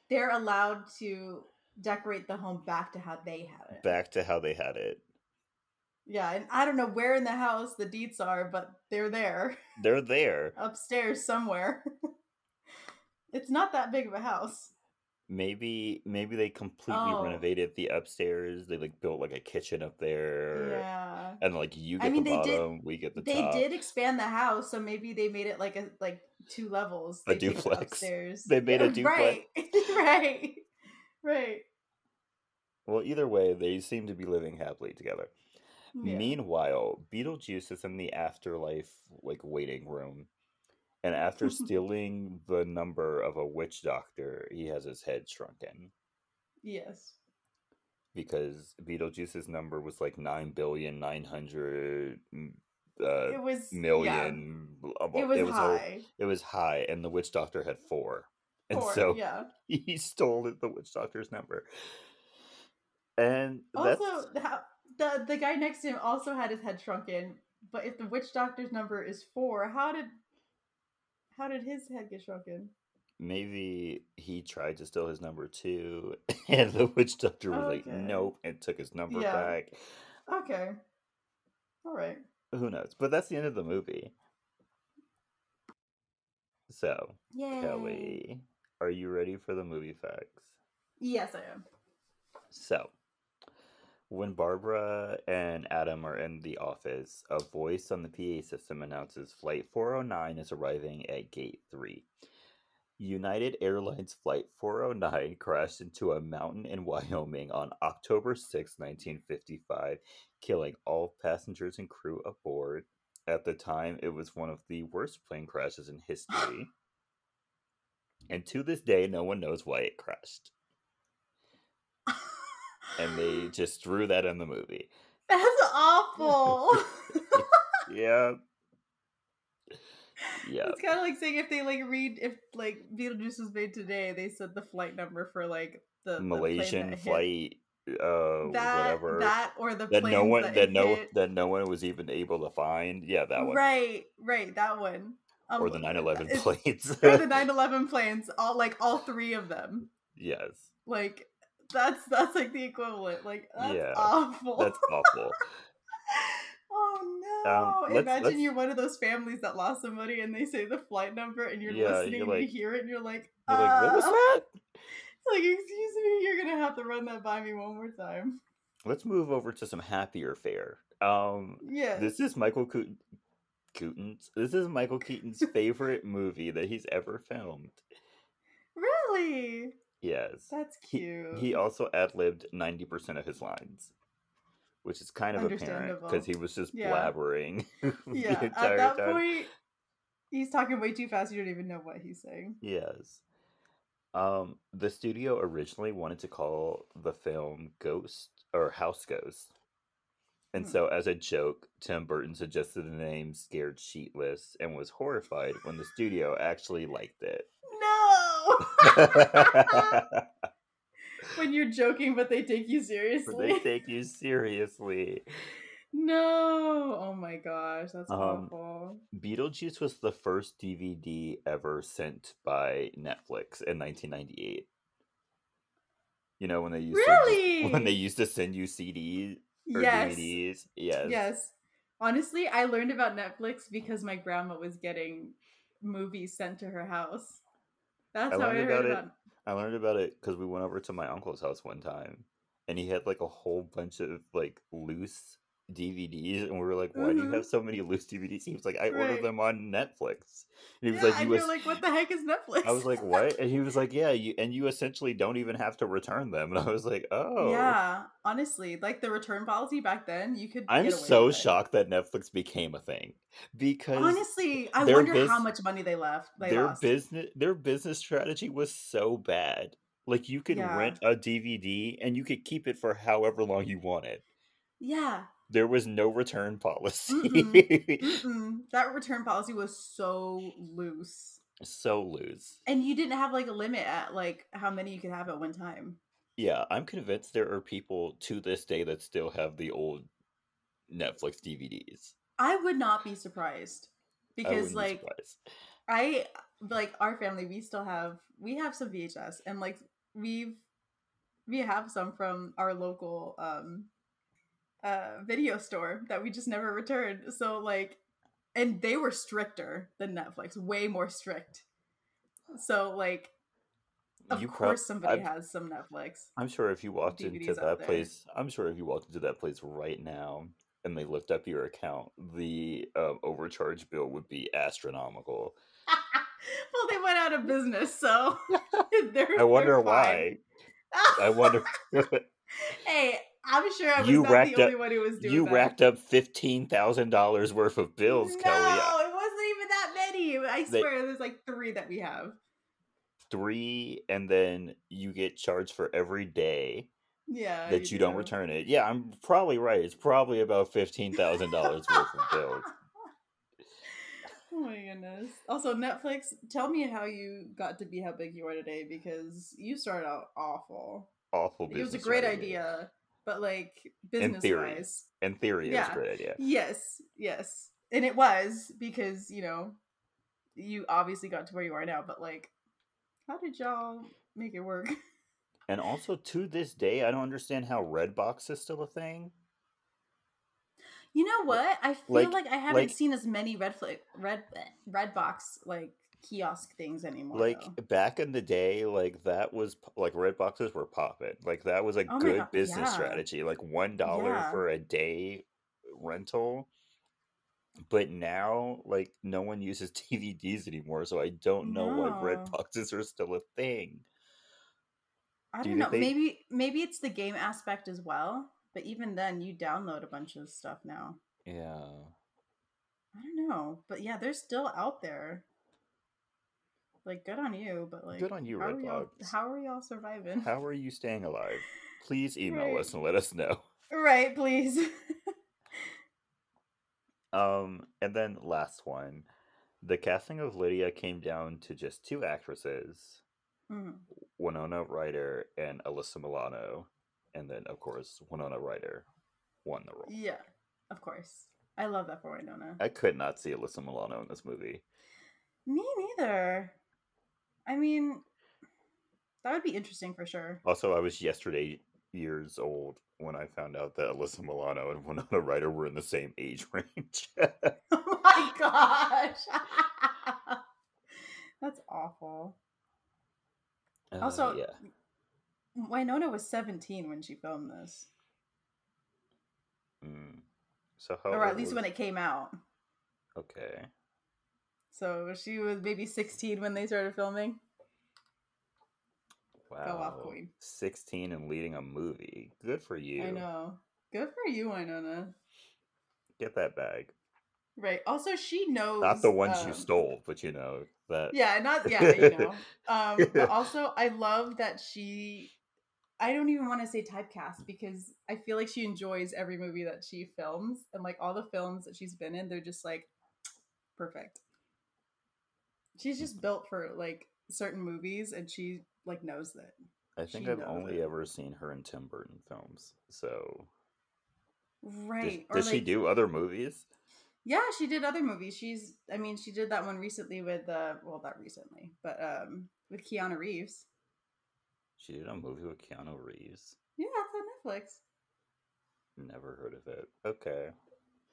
[SPEAKER 2] They're allowed to decorate the home back to how they had it.
[SPEAKER 1] Back to how they had it.
[SPEAKER 2] Yeah, and I don't know where in the house the deets are, but they're there. (laughs)
[SPEAKER 1] They're there.
[SPEAKER 2] Upstairs somewhere. (laughs) it's not that big of a house.
[SPEAKER 1] Maybe maybe they completely
[SPEAKER 2] Oh.
[SPEAKER 1] renovated the upstairs. They like built like a kitchen up there.
[SPEAKER 2] Yeah.
[SPEAKER 1] And like you get
[SPEAKER 2] I mean,
[SPEAKER 1] the
[SPEAKER 2] they did-
[SPEAKER 1] bottom, we get Er, the
[SPEAKER 2] they
[SPEAKER 1] top.
[SPEAKER 2] did expand the house, so maybe they made it like a like two levels.
[SPEAKER 1] A
[SPEAKER 2] They take the
[SPEAKER 1] duplex.
[SPEAKER 2] Upstairs.
[SPEAKER 1] They made a
[SPEAKER 2] (laughs) Right.
[SPEAKER 1] duplex.
[SPEAKER 2] (laughs) right. Right.
[SPEAKER 1] Well, either way, they seem to be living happily together.
[SPEAKER 2] Yeah.
[SPEAKER 1] Meanwhile, Beetlejuice is in the afterlife like waiting room. And
[SPEAKER 2] (laughs)
[SPEAKER 1] after stealing the number of a witch doctor, he has his head shrunken
[SPEAKER 2] Yes.
[SPEAKER 1] because Beetlejuice's number was like nine billion nine hundred uh,
[SPEAKER 2] it was yeah.
[SPEAKER 1] million. blah, blah-
[SPEAKER 2] it was
[SPEAKER 1] a-
[SPEAKER 2] high.
[SPEAKER 1] it was high, and the witch doctor had four, and
[SPEAKER 2] Four,
[SPEAKER 1] so
[SPEAKER 2] yeah.
[SPEAKER 1] (laughs) he stole the witch doctor's number. And that's
[SPEAKER 2] Also, how, the the guy next to him also had his head shrunken. But if the witch doctor's number is four, how did how did his head get shrunken?
[SPEAKER 1] maybe he tried to steal his number too, (laughs) and the witch doctor was like,
[SPEAKER 2] Okay.
[SPEAKER 1] "Nope," and took his number
[SPEAKER 2] Yeah.
[SPEAKER 1] back.
[SPEAKER 2] Okay, all right.
[SPEAKER 1] Who knows? But that's the end of the movie. So,
[SPEAKER 2] Yay.
[SPEAKER 1] Kelly, are you ready for the movie facts?
[SPEAKER 2] Yes, I am. (laughs)
[SPEAKER 1] So, when Barbara and Adam are in the office, a voice on the PA system announces Flight 409 is arriving at Gate 3. United Airlines Flight 409 (laughs) crashed into a mountain in Wyoming on October 6, 1955, killing all passengers and crew aboard. At the time, it was one of the worst plane crashes in history. and to this day, no one knows why it crashed. And they just threw that in the movie.
[SPEAKER 2] that's awful. (laughs)
[SPEAKER 1] Yeah. (laughs) Yeah.
[SPEAKER 2] It's kind of like saying if they like read if like Beetlejuice was made today, they said the flight number for like the the plane
[SPEAKER 1] Malaysian
[SPEAKER 2] that hit.
[SPEAKER 1] flight, uh,
[SPEAKER 2] that
[SPEAKER 1] whatever. That,
[SPEAKER 2] that or the
[SPEAKER 1] no
[SPEAKER 2] planes
[SPEAKER 1] one,
[SPEAKER 2] that,
[SPEAKER 1] that no,
[SPEAKER 2] hit.
[SPEAKER 1] that no one was even able to find. Yeah, that one.
[SPEAKER 2] Right, right, that one. Um,
[SPEAKER 1] Or the 9/11
[SPEAKER 2] it's-
[SPEAKER 1] planes.
[SPEAKER 2] (laughs)
[SPEAKER 1] (laughs)
[SPEAKER 2] or the 9/11 planes, all like all three of them. (laughs)
[SPEAKER 1] yes,
[SPEAKER 2] Like that's that's like the equivalent. Like that's
[SPEAKER 1] Yeah,
[SPEAKER 2] awful.
[SPEAKER 1] that's awful.
[SPEAKER 2] (laughs) oh
[SPEAKER 1] Um,
[SPEAKER 2] no!
[SPEAKER 1] let's-
[SPEAKER 2] Imagine
[SPEAKER 1] let's-
[SPEAKER 2] you're one of those families that lost somebody and they say the flight number and you're
[SPEAKER 1] Yeah,
[SPEAKER 2] listening
[SPEAKER 1] you're
[SPEAKER 2] and you
[SPEAKER 1] like-
[SPEAKER 2] hear it and you're like,
[SPEAKER 1] You're like, what was
[SPEAKER 2] "Uh,"
[SPEAKER 1] that?
[SPEAKER 2] Like, excuse me, you're gonna have to run that by me one more time.
[SPEAKER 1] Let's move over to some happier fare. Um,
[SPEAKER 2] Yeah.
[SPEAKER 1] this is Michael Cooten. Cooten's. This is Michael Keaton's favorite movie that he's ever filmed.
[SPEAKER 2] Really?
[SPEAKER 1] Yes.
[SPEAKER 2] That's
[SPEAKER 1] He,
[SPEAKER 2] cute.
[SPEAKER 1] he also ad libbed 90% of his lines, which is kind of apparent because
[SPEAKER 2] Understandable.
[SPEAKER 1] he was just
[SPEAKER 2] Yeah.
[SPEAKER 1] blabbering (laughs) (laughs) the
[SPEAKER 2] yeah. At
[SPEAKER 1] entire
[SPEAKER 2] that
[SPEAKER 1] time.
[SPEAKER 2] point, he's talking way too fast. You don't even know what he's saying.
[SPEAKER 1] Yes. Um, the studio originally wanted to call the film Ghost or House Ghost. And
[SPEAKER 2] Hmm.
[SPEAKER 1] so, as a joke, Tim Burton suggested the name Scared Sheetless and was horrified when the studio actually liked it. (laughs)
[SPEAKER 2] No.
[SPEAKER 1] but
[SPEAKER 2] (laughs) when you're joking, but they take you
[SPEAKER 1] they
[SPEAKER 2] (laughs) seriously.
[SPEAKER 1] take you seriously.
[SPEAKER 2] no. Oh my gosh, that's
[SPEAKER 1] Um,
[SPEAKER 2] awful.
[SPEAKER 1] Beetlejuice was the first DVD ever sent by Netflix in 1998. You know when they used to just- (laughs) when they
[SPEAKER 2] Really?
[SPEAKER 1] used to send you CDs or
[SPEAKER 2] Yes.
[SPEAKER 1] DVDs. Yes.
[SPEAKER 2] Yes. Honestly, I learned about Netflix because my grandma was getting movies sent to her house. That's
[SPEAKER 1] I
[SPEAKER 2] how I
[SPEAKER 1] learned
[SPEAKER 2] heard
[SPEAKER 1] about it.
[SPEAKER 2] about.
[SPEAKER 1] I learned about it because we went over to my uncle's house one time, and he had like a whole bunch of like loose DVDs, and we were like, "Why do you
[SPEAKER 2] Mhm.
[SPEAKER 1] have so many loose DVDs?" He was like, "I
[SPEAKER 2] Right.
[SPEAKER 1] ordered them on Netflix." And he was
[SPEAKER 2] yeah,
[SPEAKER 1] like,
[SPEAKER 2] and
[SPEAKER 1] "You,
[SPEAKER 2] you're
[SPEAKER 1] es-
[SPEAKER 2] like, what the heck is Netflix?
[SPEAKER 1] I was
[SPEAKER 2] (laughs)
[SPEAKER 1] like, what?" And he was like, "Yeah, you and you essentially don't even have to return them." (laughs) And I was like, "Oh,
[SPEAKER 2] Yeah, honestly, like the return policy back then, you could.
[SPEAKER 1] I'm
[SPEAKER 2] get away
[SPEAKER 1] so
[SPEAKER 2] with it.
[SPEAKER 1] shocked that Netflix became a thing because
[SPEAKER 2] Honestly, I
[SPEAKER 1] their
[SPEAKER 2] wonder how
[SPEAKER 1] bus-
[SPEAKER 2] much money they left. They
[SPEAKER 1] their
[SPEAKER 2] lost.
[SPEAKER 1] business their business strategy was so bad. Like you could
[SPEAKER 2] Yeah.
[SPEAKER 1] rent a DVD and you could keep it for however long you wanted.
[SPEAKER 2] yeah,
[SPEAKER 1] There was no return (laughs) policy.
[SPEAKER 2] Mm-mm. that return policy was so loose,
[SPEAKER 1] so loose.
[SPEAKER 2] and you didn't have like a limit at like how many you could have at one time.
[SPEAKER 1] Yeah, I'm convinced there are people to this day that still have the old Netflix DVDs.
[SPEAKER 2] I would not be surprised
[SPEAKER 1] I
[SPEAKER 2] because
[SPEAKER 1] wouldn't be
[SPEAKER 2] like
[SPEAKER 1] surprised.
[SPEAKER 2] I like our family. We still have we have some VHS, and like we've we have some from our local um uh video store that we just never returned. So like, and they were stricter than Netflix, way more strict. So like, of
[SPEAKER 1] you prob-
[SPEAKER 2] course somebody
[SPEAKER 1] I've-
[SPEAKER 2] has some Netflix.
[SPEAKER 1] I'm sure if you walked into
[SPEAKER 2] DVDs out
[SPEAKER 1] that
[SPEAKER 2] there.
[SPEAKER 1] place, I'm sure if you walked into that place right now and they looked up your account, the um, overcharge bill would be astronomical.
[SPEAKER 2] (laughs) well, they went out of business,
[SPEAKER 1] (laughs)
[SPEAKER 2] so (laughs) they're.
[SPEAKER 1] I wonder
[SPEAKER 2] they're
[SPEAKER 1] why.
[SPEAKER 2] (laughs) fine.
[SPEAKER 1] I
[SPEAKER 2] (laughs)
[SPEAKER 1] wonder. (laughs)
[SPEAKER 2] hey, I'm sure I was
[SPEAKER 1] You
[SPEAKER 2] not
[SPEAKER 1] racked
[SPEAKER 2] the
[SPEAKER 1] up-
[SPEAKER 2] only one who was doing
[SPEAKER 1] you
[SPEAKER 2] that.
[SPEAKER 1] racked up fifteen thousand dollars worth of bills,
[SPEAKER 2] no,
[SPEAKER 1] Kelly. uh
[SPEAKER 2] it wasn't even that many. I
[SPEAKER 1] They-
[SPEAKER 2] swear, there's like three that we have.
[SPEAKER 1] Three, and then you get charged for every day
[SPEAKER 2] Yeah,
[SPEAKER 1] that you don't
[SPEAKER 2] do.
[SPEAKER 1] return it. Yeah, I'm probably right. It's probably about fifteen
[SPEAKER 2] (laughs)
[SPEAKER 1] thousand dollars worth of bills.
[SPEAKER 2] Oh my goodness. Also, Netflix, tell me how you got to be how big you are today because you started out awful.
[SPEAKER 1] Awful.
[SPEAKER 2] It was a
[SPEAKER 1] business
[SPEAKER 2] great
[SPEAKER 1] strategy.
[SPEAKER 2] idea, but like
[SPEAKER 1] theory.
[SPEAKER 2] business wise,
[SPEAKER 1] In theory, it was
[SPEAKER 2] Yeah.
[SPEAKER 1] a great idea.
[SPEAKER 2] yes, yes, and it was because you know you obviously got to where you are now. But like, how did y'all make it work? (laughs)
[SPEAKER 1] And also to this day, I don't understand how Redbox is still a thing.
[SPEAKER 2] You know what? I feel
[SPEAKER 1] like-
[SPEAKER 2] like, I haven't
[SPEAKER 1] like-
[SPEAKER 2] seen as many red flick red red box like kiosk things anymore.
[SPEAKER 1] Like
[SPEAKER 2] though.
[SPEAKER 1] back in the day, like that was p- like red boxes were popping. Like that was a
[SPEAKER 2] Oh my
[SPEAKER 1] good
[SPEAKER 2] God,
[SPEAKER 1] business
[SPEAKER 2] yeah.
[SPEAKER 1] strategy. Like one dollar
[SPEAKER 2] Yeah.
[SPEAKER 1] for a day rental. But now, like no one uses (laughs) DVDs anymore, so I don't know why red
[SPEAKER 2] No.
[SPEAKER 1] boxes are still a thing.
[SPEAKER 2] I
[SPEAKER 1] do
[SPEAKER 2] don't
[SPEAKER 1] you
[SPEAKER 2] know.
[SPEAKER 1] think they-
[SPEAKER 2] Maybe maybe it's the game aspect as well. But even then, you download a bunch of stuff now.
[SPEAKER 1] Yeah,
[SPEAKER 2] I don't know, but yeah, they're still out there. Like, good on you, but like,
[SPEAKER 1] good on you,
[SPEAKER 2] how are y'all?
[SPEAKER 1] Redbox.
[SPEAKER 2] How are y'all surviving?
[SPEAKER 1] How are you staying alive? Please email
[SPEAKER 2] Right.
[SPEAKER 1] us and let us know.
[SPEAKER 2] right, please. (laughs)
[SPEAKER 1] Um, and then last one, the casting of Lydia came down to just two actresses,
[SPEAKER 2] Mm.
[SPEAKER 1] Winona Ryder and Alyssa Milano, and then of course Winona Ryder won the role.
[SPEAKER 2] Yeah, of course. I love that for Winona.
[SPEAKER 1] I could not see Alyssa Milano in this movie.
[SPEAKER 2] Me neither. I mean, that would be interesting for sure. (laughs)
[SPEAKER 1] Also, I was yesterday years old when I found out that Alyssa Milano and (laughs) Winona Ryder were in the same age (laughs) range.
[SPEAKER 2] Oh my gosh. (laughs) That's awful. Also-
[SPEAKER 1] yeah,
[SPEAKER 2] Winona was 17 when she filmed this,
[SPEAKER 1] Mm. so how?
[SPEAKER 2] or at
[SPEAKER 1] old
[SPEAKER 2] least
[SPEAKER 1] was-
[SPEAKER 2] when it came out.
[SPEAKER 1] okay,
[SPEAKER 2] So she was maybe 16 when they started filming.
[SPEAKER 1] wow,
[SPEAKER 2] off, queen.
[SPEAKER 1] sixteen and leading a movie. Good for you.
[SPEAKER 2] I know. Good for you, Winona.
[SPEAKER 1] Get that bag.
[SPEAKER 2] Right. Also, she knows
[SPEAKER 1] Not the ones you
[SPEAKER 2] um,
[SPEAKER 1] stole, but you know that.
[SPEAKER 2] Yeah,
[SPEAKER 1] (laughs)
[SPEAKER 2] not yeah, you know. Um, but also, I love that she. I don't even want to say typecast because I feel like she enjoys every movie that she films, and like all the films that she's been in, they're just like perfect. She's just built for like certain movies, and she like knows that.
[SPEAKER 1] I think
[SPEAKER 2] she
[SPEAKER 1] I've
[SPEAKER 2] knows
[SPEAKER 1] only
[SPEAKER 2] it.
[SPEAKER 1] ever seen her in Tim Burton films. So does-
[SPEAKER 2] Right?
[SPEAKER 1] does, she do other movies?
[SPEAKER 2] Yeah, she did other movies. She's, I mean, she did that one recently with uh, well, not recently, but um, with Keanu Reeves.
[SPEAKER 1] She did a movie with Keanu Reeves.
[SPEAKER 2] Yeah, it's on Netflix.
[SPEAKER 1] Never heard of it. Okay,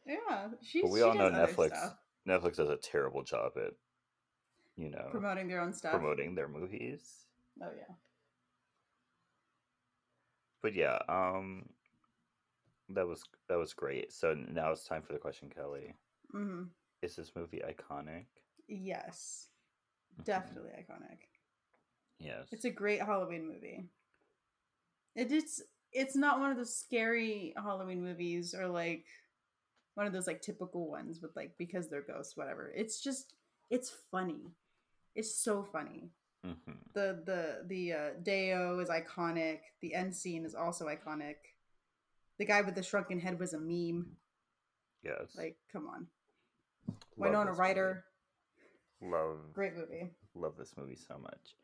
[SPEAKER 2] Yeah, she.
[SPEAKER 1] but we
[SPEAKER 2] she
[SPEAKER 1] all know
[SPEAKER 2] does other
[SPEAKER 1] Netflix.
[SPEAKER 2] stuff,
[SPEAKER 1] Netflix does a terrible job at, you know,
[SPEAKER 2] promoting their own stuff.
[SPEAKER 1] uh, promoting their movies.
[SPEAKER 2] Oh yeah,
[SPEAKER 1] But yeah, um, That was that was great. So now it's time for the question, Kelly.
[SPEAKER 2] hmm
[SPEAKER 1] Is this movie iconic?
[SPEAKER 2] Yes,
[SPEAKER 1] Mhm.
[SPEAKER 2] definitely iconic.
[SPEAKER 1] Yes.
[SPEAKER 2] It's a great Halloween movie. It is. It's not one of those scary Halloween movies or like one of those like typical ones with like because they're ghosts, whatever. It's just it's funny. It's so funny.
[SPEAKER 1] hmm
[SPEAKER 2] The the the uh, Deo is iconic. The end scene is also iconic. The guy with the shrunken head was a meme.
[SPEAKER 1] Yes.
[SPEAKER 2] Like, come on,
[SPEAKER 1] Love
[SPEAKER 2] Winona
[SPEAKER 1] this movie.
[SPEAKER 2] Ryder,
[SPEAKER 1] Love
[SPEAKER 2] great
[SPEAKER 1] (laughs)
[SPEAKER 2] movie.
[SPEAKER 1] love this movie so much.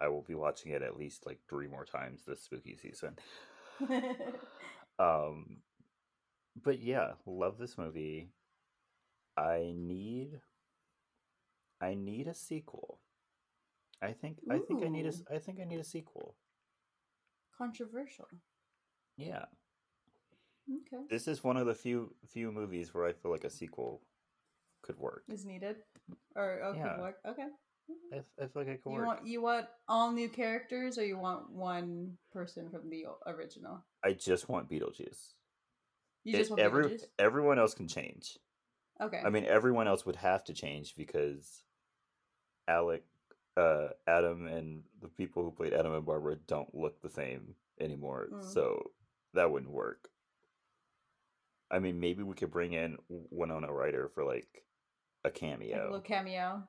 [SPEAKER 1] I will be watching it at least like three more times this spooky season. Um, but yeah, love this movie. I need, I need a sequel. I think I think I need a s- I think I need a sequel.
[SPEAKER 2] Controversial.
[SPEAKER 1] Yeah,
[SPEAKER 2] Okay,
[SPEAKER 1] this is one of the few few movies where I feel like a sequel could work.
[SPEAKER 2] is needed or okay
[SPEAKER 1] Yeah.
[SPEAKER 2] work okay.
[SPEAKER 1] I, f- I feel like it could
[SPEAKER 2] You
[SPEAKER 1] work.
[SPEAKER 2] want you want all new characters, or you want one person from the o- original?
[SPEAKER 1] I just want Beetlejuice.
[SPEAKER 2] You
[SPEAKER 1] It-
[SPEAKER 2] just want
[SPEAKER 1] E, every
[SPEAKER 2] Beetlejuice?
[SPEAKER 1] everyone else can change.
[SPEAKER 2] Okay.
[SPEAKER 1] I mean, everyone else would have to change because Alec, uh, Adam, and the people who played Adam and Barbara don't look the same anymore.
[SPEAKER 2] Mm.
[SPEAKER 1] So that wouldn't work. I mean, maybe we could bring in Winona Ryder for like a
[SPEAKER 2] like a
[SPEAKER 1] cameo,
[SPEAKER 2] little cameo.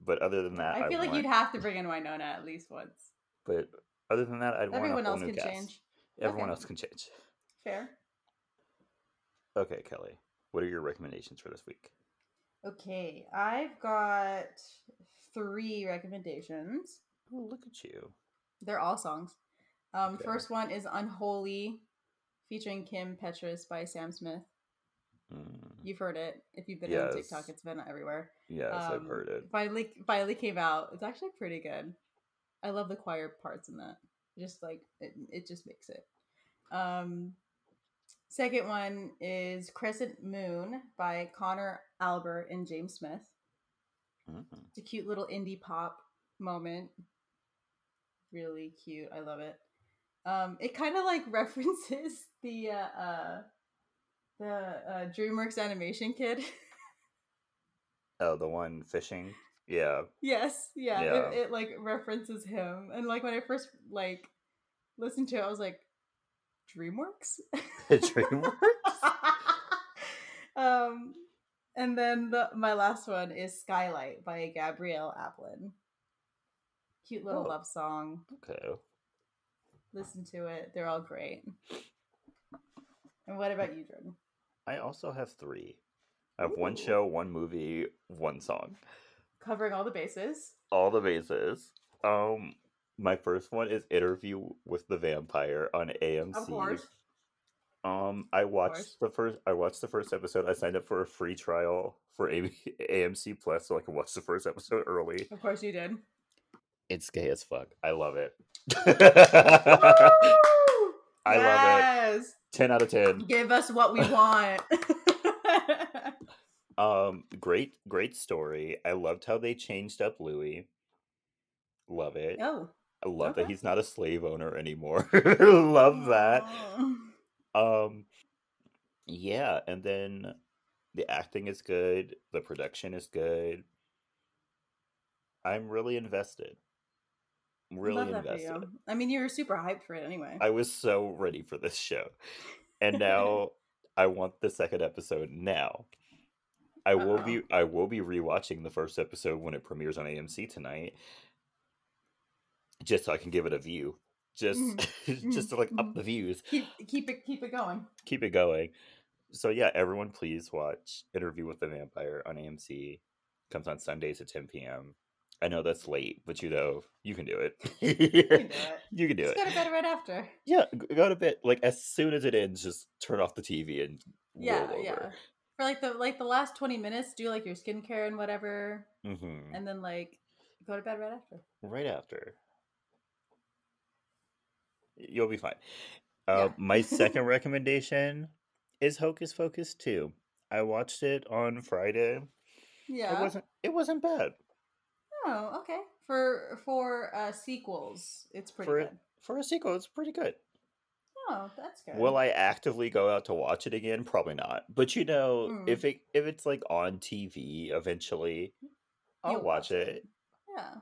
[SPEAKER 1] but other than that,
[SPEAKER 2] I, feel like
[SPEAKER 1] want,
[SPEAKER 2] you'd have to bring in Winona at least once.
[SPEAKER 1] But other than that, I'd want
[SPEAKER 2] Everyone
[SPEAKER 1] a whole
[SPEAKER 2] else
[SPEAKER 1] new
[SPEAKER 2] can
[SPEAKER 1] cast.
[SPEAKER 2] change.
[SPEAKER 1] Everyone
[SPEAKER 2] Okay.
[SPEAKER 1] else can change.
[SPEAKER 2] Fair.
[SPEAKER 1] Okay, Kelly, what are your recommendations for this week?
[SPEAKER 2] Okay, I've got three recommendations.
[SPEAKER 1] Oh, look at you.
[SPEAKER 2] They're all songs. Um,
[SPEAKER 1] Okay.
[SPEAKER 2] First one is "Unholy," featuring Kim Petras by Sam Smith.
[SPEAKER 1] Mm,
[SPEAKER 2] You've heard it. If you've been on TikTok,
[SPEAKER 1] Yes.
[SPEAKER 2] it's been everywhere.
[SPEAKER 1] yes, I've
[SPEAKER 2] Um,
[SPEAKER 1] heard it.
[SPEAKER 2] Finally, finally came out. It's actually pretty good. I love the choir parts in that. Just like it, it just makes it. Um, second one is Crescent Moon by Connor Albert and James Smith.
[SPEAKER 1] Mm.
[SPEAKER 2] It's a cute little indie pop moment. Really cute. I love it. Um, it kind of like (laughs) references the uh, uh, the uh, DreamWorks animation kid. (laughs)
[SPEAKER 1] Oh, the one fishing. Yeah. (laughs)
[SPEAKER 2] Yes, yeah,
[SPEAKER 1] Yeah.
[SPEAKER 2] It, it like references him, and like when I first like listened to it, I was like, DreamWorks.
[SPEAKER 1] DreamWorks.
[SPEAKER 2] (laughs) um, and then the, my last one is Skylight by Gabrielle Applin. Cute little
[SPEAKER 1] Oh.
[SPEAKER 2] love song.
[SPEAKER 1] Okay.
[SPEAKER 2] Listen to it; they're all great. And what about you, Jordan?
[SPEAKER 1] I also have three. I have one
[SPEAKER 2] Ooh.
[SPEAKER 1] show, one movie, one song.
[SPEAKER 2] Covering all the bases.
[SPEAKER 1] All the bases. Um, my first one is Interview with the Vampire on AMC.
[SPEAKER 2] Of course.
[SPEAKER 1] Um, I
[SPEAKER 2] course.
[SPEAKER 1] watched the first. I watched the first episode. I signed up for a free trial for (laughs) A- AMC Plus, so I can watch the first episode early.
[SPEAKER 2] Of course you did.
[SPEAKER 1] It's gay as fuck. I love it. (laughs)
[SPEAKER 2] Woo!
[SPEAKER 1] I love it.
[SPEAKER 2] Yes!
[SPEAKER 1] Ten out of ten.
[SPEAKER 2] Give us
[SPEAKER 1] (laughs)
[SPEAKER 2] what we want.
[SPEAKER 1] Um, great, great story. I loved how they changed up Louis. Love it.
[SPEAKER 2] oh,
[SPEAKER 1] I love that
[SPEAKER 2] okay.
[SPEAKER 1] he's not a slave owner anymore. (laughs) love that.
[SPEAKER 2] Oh.
[SPEAKER 1] Um, yeah, and then the acting is good. The production is good. I'm really invested. Really
[SPEAKER 2] Love that for
[SPEAKER 1] invested.
[SPEAKER 2] you. I mean, you were super hyped for it anyway.
[SPEAKER 1] I was so ready for this show,
[SPEAKER 2] (laughs)
[SPEAKER 1] and now I want the second episode now. I will
[SPEAKER 2] Uh-oh.
[SPEAKER 1] be I will be rewatching the first episode when it premieres on AMC tonight, just so I can give it a view, just (laughs) just to like
[SPEAKER 2] mhm.
[SPEAKER 1] up the views,
[SPEAKER 2] keep keep it keep it going.
[SPEAKER 1] keep it going. So yeah, everyone, please watch Interview with the Vampire on AMC. Comes on Sundays at 10 p.m. I know that's late, but you know you can do
[SPEAKER 2] You can do
[SPEAKER 1] it.
[SPEAKER 2] it.
[SPEAKER 1] (laughs) you can do it.
[SPEAKER 2] Just go to bed right after.
[SPEAKER 1] Yeah, g- go to bed. Like as soon as it ends, just turn off the TV and
[SPEAKER 2] Yeah,
[SPEAKER 1] roll over.
[SPEAKER 2] yeah. For like the like the last twenty minutes, do like your skincare and whatever,
[SPEAKER 1] hmm
[SPEAKER 2] and then like go to bed right after.
[SPEAKER 1] right after. You'll be fine. Uh,
[SPEAKER 2] Yeah. (laughs)
[SPEAKER 1] my second recommendation is Hocus Focus 2. I watched it on Friday. It
[SPEAKER 2] Yeah.
[SPEAKER 1] wasn't it wasn't bad.
[SPEAKER 2] oh, okay. For for uh sequels, it's pretty
[SPEAKER 1] For-
[SPEAKER 2] good.
[SPEAKER 1] For a sequel, it's pretty good.
[SPEAKER 2] Oh, that's good.
[SPEAKER 1] Will I actively go out to watch it again? Probably not. But you know,
[SPEAKER 2] Mm.
[SPEAKER 1] if it if it's like on TV eventually, I'll
[SPEAKER 2] You'll
[SPEAKER 1] watch it.
[SPEAKER 2] Yeah.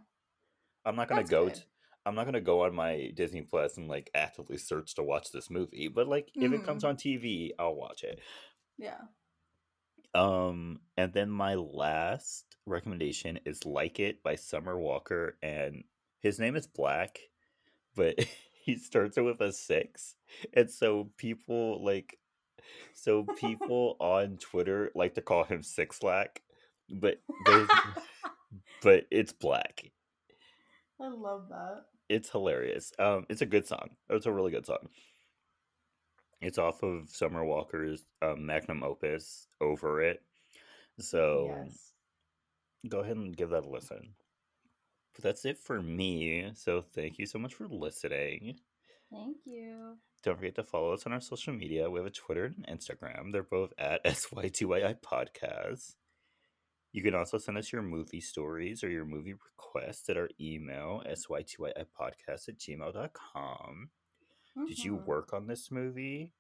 [SPEAKER 1] I'm not gonna
[SPEAKER 2] That's
[SPEAKER 1] go.
[SPEAKER 2] good.
[SPEAKER 1] T- I'm not gonna go on my Disney Plus and like actively search to watch this movie. But like, if it comes
[SPEAKER 2] Mhm.
[SPEAKER 1] on TV, I'll watch it.
[SPEAKER 2] Yeah.
[SPEAKER 1] Um, and then my last recommendation is "Like It" by Summer Walker, and his name is Black, but (laughs) he starts it with a six, and so people like,
[SPEAKER 2] (laughs)
[SPEAKER 1] so people on Twitter like to call him Six Lack, but but,
[SPEAKER 2] (laughs)
[SPEAKER 1] his- but it's Black.
[SPEAKER 2] I love that.
[SPEAKER 1] It's hilarious. Um, it's a good song. It's a really good song. It's off of Summer Walker's um, magnum opus, "Over It." So
[SPEAKER 2] Yes.
[SPEAKER 1] go ahead and give that a listen. But that's it for me. So thank you so much for listening.
[SPEAKER 2] Thank you.
[SPEAKER 1] Don't forget to follow us on our social media. We have a Twitter and an Instagram. They're both at (laughs) SY2AI Podcast. You can also send us your movie stories or your movie requests at our email, sy2aipodcast at gmail.com. Did you
[SPEAKER 2] Mhm.
[SPEAKER 1] work on this movie?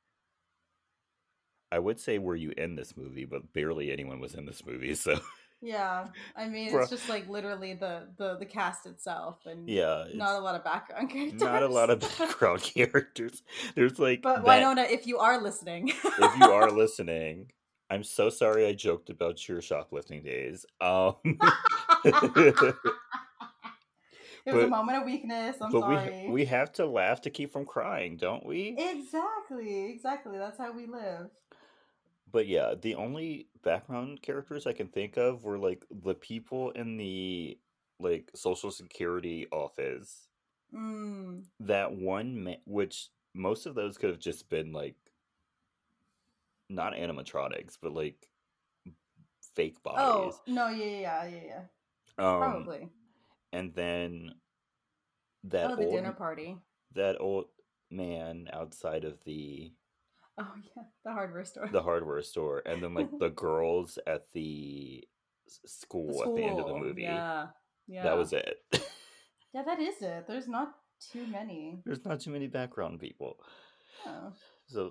[SPEAKER 1] I would say were you in this movie, but barely anyone was in this movie. (laughs) So
[SPEAKER 2] Yeah. I mean,
[SPEAKER 1] Bruh.
[SPEAKER 2] it's just like literally the the the cast itself and
[SPEAKER 1] yeah, it's
[SPEAKER 2] not a lot of background (laughs) characters.
[SPEAKER 1] not a lot of
[SPEAKER 2] (laughs)
[SPEAKER 1] background (laughs) characters. There's like
[SPEAKER 2] but
[SPEAKER 1] that-
[SPEAKER 2] Winona, if you are
[SPEAKER 1] (laughs)
[SPEAKER 2] listening, (laughs)
[SPEAKER 1] if you are listening, I'm so sorry I joked about your shoplifting days.
[SPEAKER 2] (laughs)
[SPEAKER 1] Um, (laughs)
[SPEAKER 2] it was a
[SPEAKER 1] but-
[SPEAKER 2] moment of weakness. I'm
[SPEAKER 1] but
[SPEAKER 2] sorry.
[SPEAKER 1] we we have to laugh to keep from crying, don't we?
[SPEAKER 2] exactly, exactly. That's how we live.
[SPEAKER 1] But yeah, the only background characters I can think of were like the people in the like social security office.
[SPEAKER 2] Mm.
[SPEAKER 1] That one ma- which most of those could have just been like not animatronics, but like fake
[SPEAKER 2] Oh
[SPEAKER 1] bodies.
[SPEAKER 2] no, yeah, yeah, yeah, yeah,
[SPEAKER 1] um,
[SPEAKER 2] Oh, probably.
[SPEAKER 1] and then that
[SPEAKER 2] oh, the
[SPEAKER 1] old
[SPEAKER 2] dinner party.
[SPEAKER 1] that old man outside of the
[SPEAKER 2] Oh (laughs) yeah, the hardware store.
[SPEAKER 1] the hardware store and then like
[SPEAKER 2] (laughs)
[SPEAKER 1] the girls at the s- school,
[SPEAKER 2] The
[SPEAKER 1] at the end of the
[SPEAKER 2] school,
[SPEAKER 1] movie
[SPEAKER 2] Yeah, yeah.
[SPEAKER 1] that was it (laughs)
[SPEAKER 2] Yeah, that is it. There's not too many.
[SPEAKER 1] there's not too many background people
[SPEAKER 2] Oh,
[SPEAKER 1] so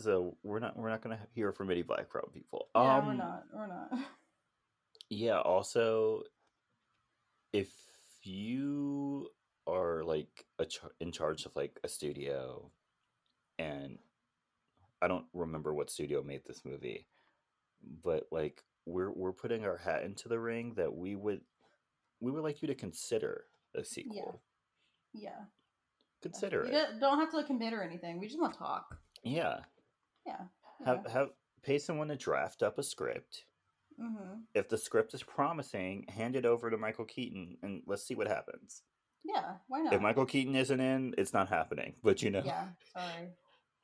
[SPEAKER 1] so we're not we're not gonna hear from any background people
[SPEAKER 2] yeah,
[SPEAKER 1] um
[SPEAKER 2] we're not. We're not. (laughs)
[SPEAKER 1] yeah also if you are like a char- in charge of like a studio and i don't remember what studio made this movie but like we're we're putting our hat into the ring that we would we would like you to consider a sequel
[SPEAKER 2] Yeah.
[SPEAKER 1] consider
[SPEAKER 2] You
[SPEAKER 1] it
[SPEAKER 2] don't- don't have to like, commit or anything. We just want to talk.
[SPEAKER 1] yeah
[SPEAKER 2] Yeah.
[SPEAKER 1] have have pay someone to draft up a script
[SPEAKER 2] hmm
[SPEAKER 1] if the script is promising hand it over to michael keaton and let's see what happens
[SPEAKER 2] Yeah. Why not?
[SPEAKER 1] if michael keaton isn't in it's not happening but you know
[SPEAKER 2] Yeah. Sorry.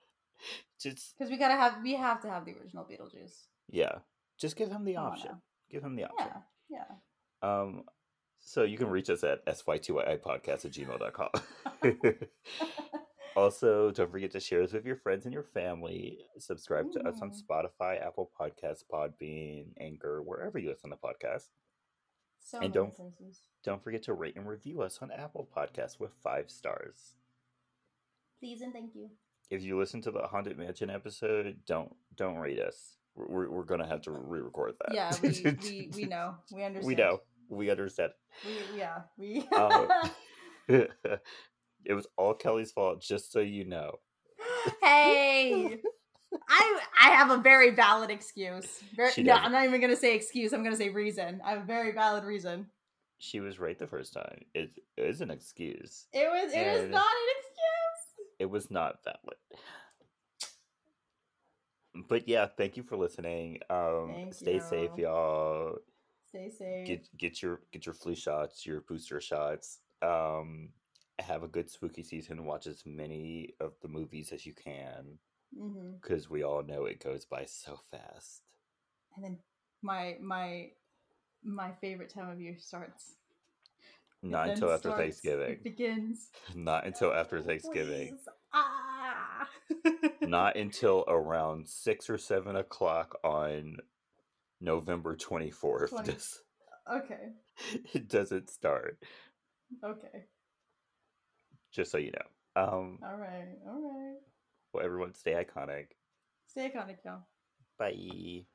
[SPEAKER 1] (laughs) just
[SPEAKER 2] Because we gotta have. We have to have the original Beetlejuice.
[SPEAKER 1] yeah just give him the
[SPEAKER 2] Come on
[SPEAKER 1] option
[SPEAKER 2] now.
[SPEAKER 1] give him the option
[SPEAKER 2] Yeah. Oh, Yeah. (laughs)
[SPEAKER 1] Um, so you can reach us at sy2iipodcast at gmail.com.
[SPEAKER 2] (laughs)
[SPEAKER 1] (laughs) also, don't forget to share this with your friends and your family. Subscribe to us on
[SPEAKER 2] Mm.
[SPEAKER 1] Spotify, Apple Podcasts, Podbean, Anchor, wherever you listen to podcasts.
[SPEAKER 2] So
[SPEAKER 1] And
[SPEAKER 2] many
[SPEAKER 1] don't-
[SPEAKER 2] places.
[SPEAKER 1] Don't forget to rate and review us on Apple Podcasts with five stars.
[SPEAKER 2] Please and thank you.
[SPEAKER 1] If you listen to the Haunted Mansion episode, don't don't rate us. We're, we're, we're gonna have to re-record that. (laughs)
[SPEAKER 2] Yeah. We, we, we know. We understand.
[SPEAKER 1] Uh, we know. We understand. (laughs)
[SPEAKER 2] We, yeah. We. (laughs)
[SPEAKER 1] Uh, it was all Kelly's fault, just so you know.
[SPEAKER 2] hey i i have a very valid excuse very,
[SPEAKER 1] She
[SPEAKER 2] no
[SPEAKER 1] doesn't.
[SPEAKER 2] i'm not even gonna say excuse i'm gonna say reason i have a very valid reason
[SPEAKER 1] She was right the first time. It is an excuse.
[SPEAKER 2] it was it
[SPEAKER 1] Yeah,
[SPEAKER 2] is
[SPEAKER 1] it is.
[SPEAKER 2] not an
[SPEAKER 1] It was not valid. But yeah, thank you for listening. Um,
[SPEAKER 2] Thank
[SPEAKER 1] stay safe,
[SPEAKER 2] you.
[SPEAKER 1] y'all.
[SPEAKER 2] excuse stay safe
[SPEAKER 1] Get get your get your flu shots, your booster shots. Um, have a good spooky season. Watch as many of the movies as you can,
[SPEAKER 2] hmm
[SPEAKER 1] because we all know it goes by so fast.
[SPEAKER 2] and then my my my favorite time of year starts It
[SPEAKER 1] Not
[SPEAKER 2] then
[SPEAKER 1] until after
[SPEAKER 2] starts. It (laughs)
[SPEAKER 1] Thanksgiving.
[SPEAKER 2] begins Oh,
[SPEAKER 1] Not until after Thanksgiving.
[SPEAKER 2] Please. ah.
[SPEAKER 1] not until around six or seven o'clock on November 24th.
[SPEAKER 2] Twenty-
[SPEAKER 1] Does,
[SPEAKER 2] (laughs) okay
[SPEAKER 1] it doesn't start,
[SPEAKER 2] okay
[SPEAKER 1] just so you know. Um,
[SPEAKER 2] All right. All right.
[SPEAKER 1] well, everyone stay iconic.
[SPEAKER 2] Stay iconic, y'all.
[SPEAKER 1] Bye.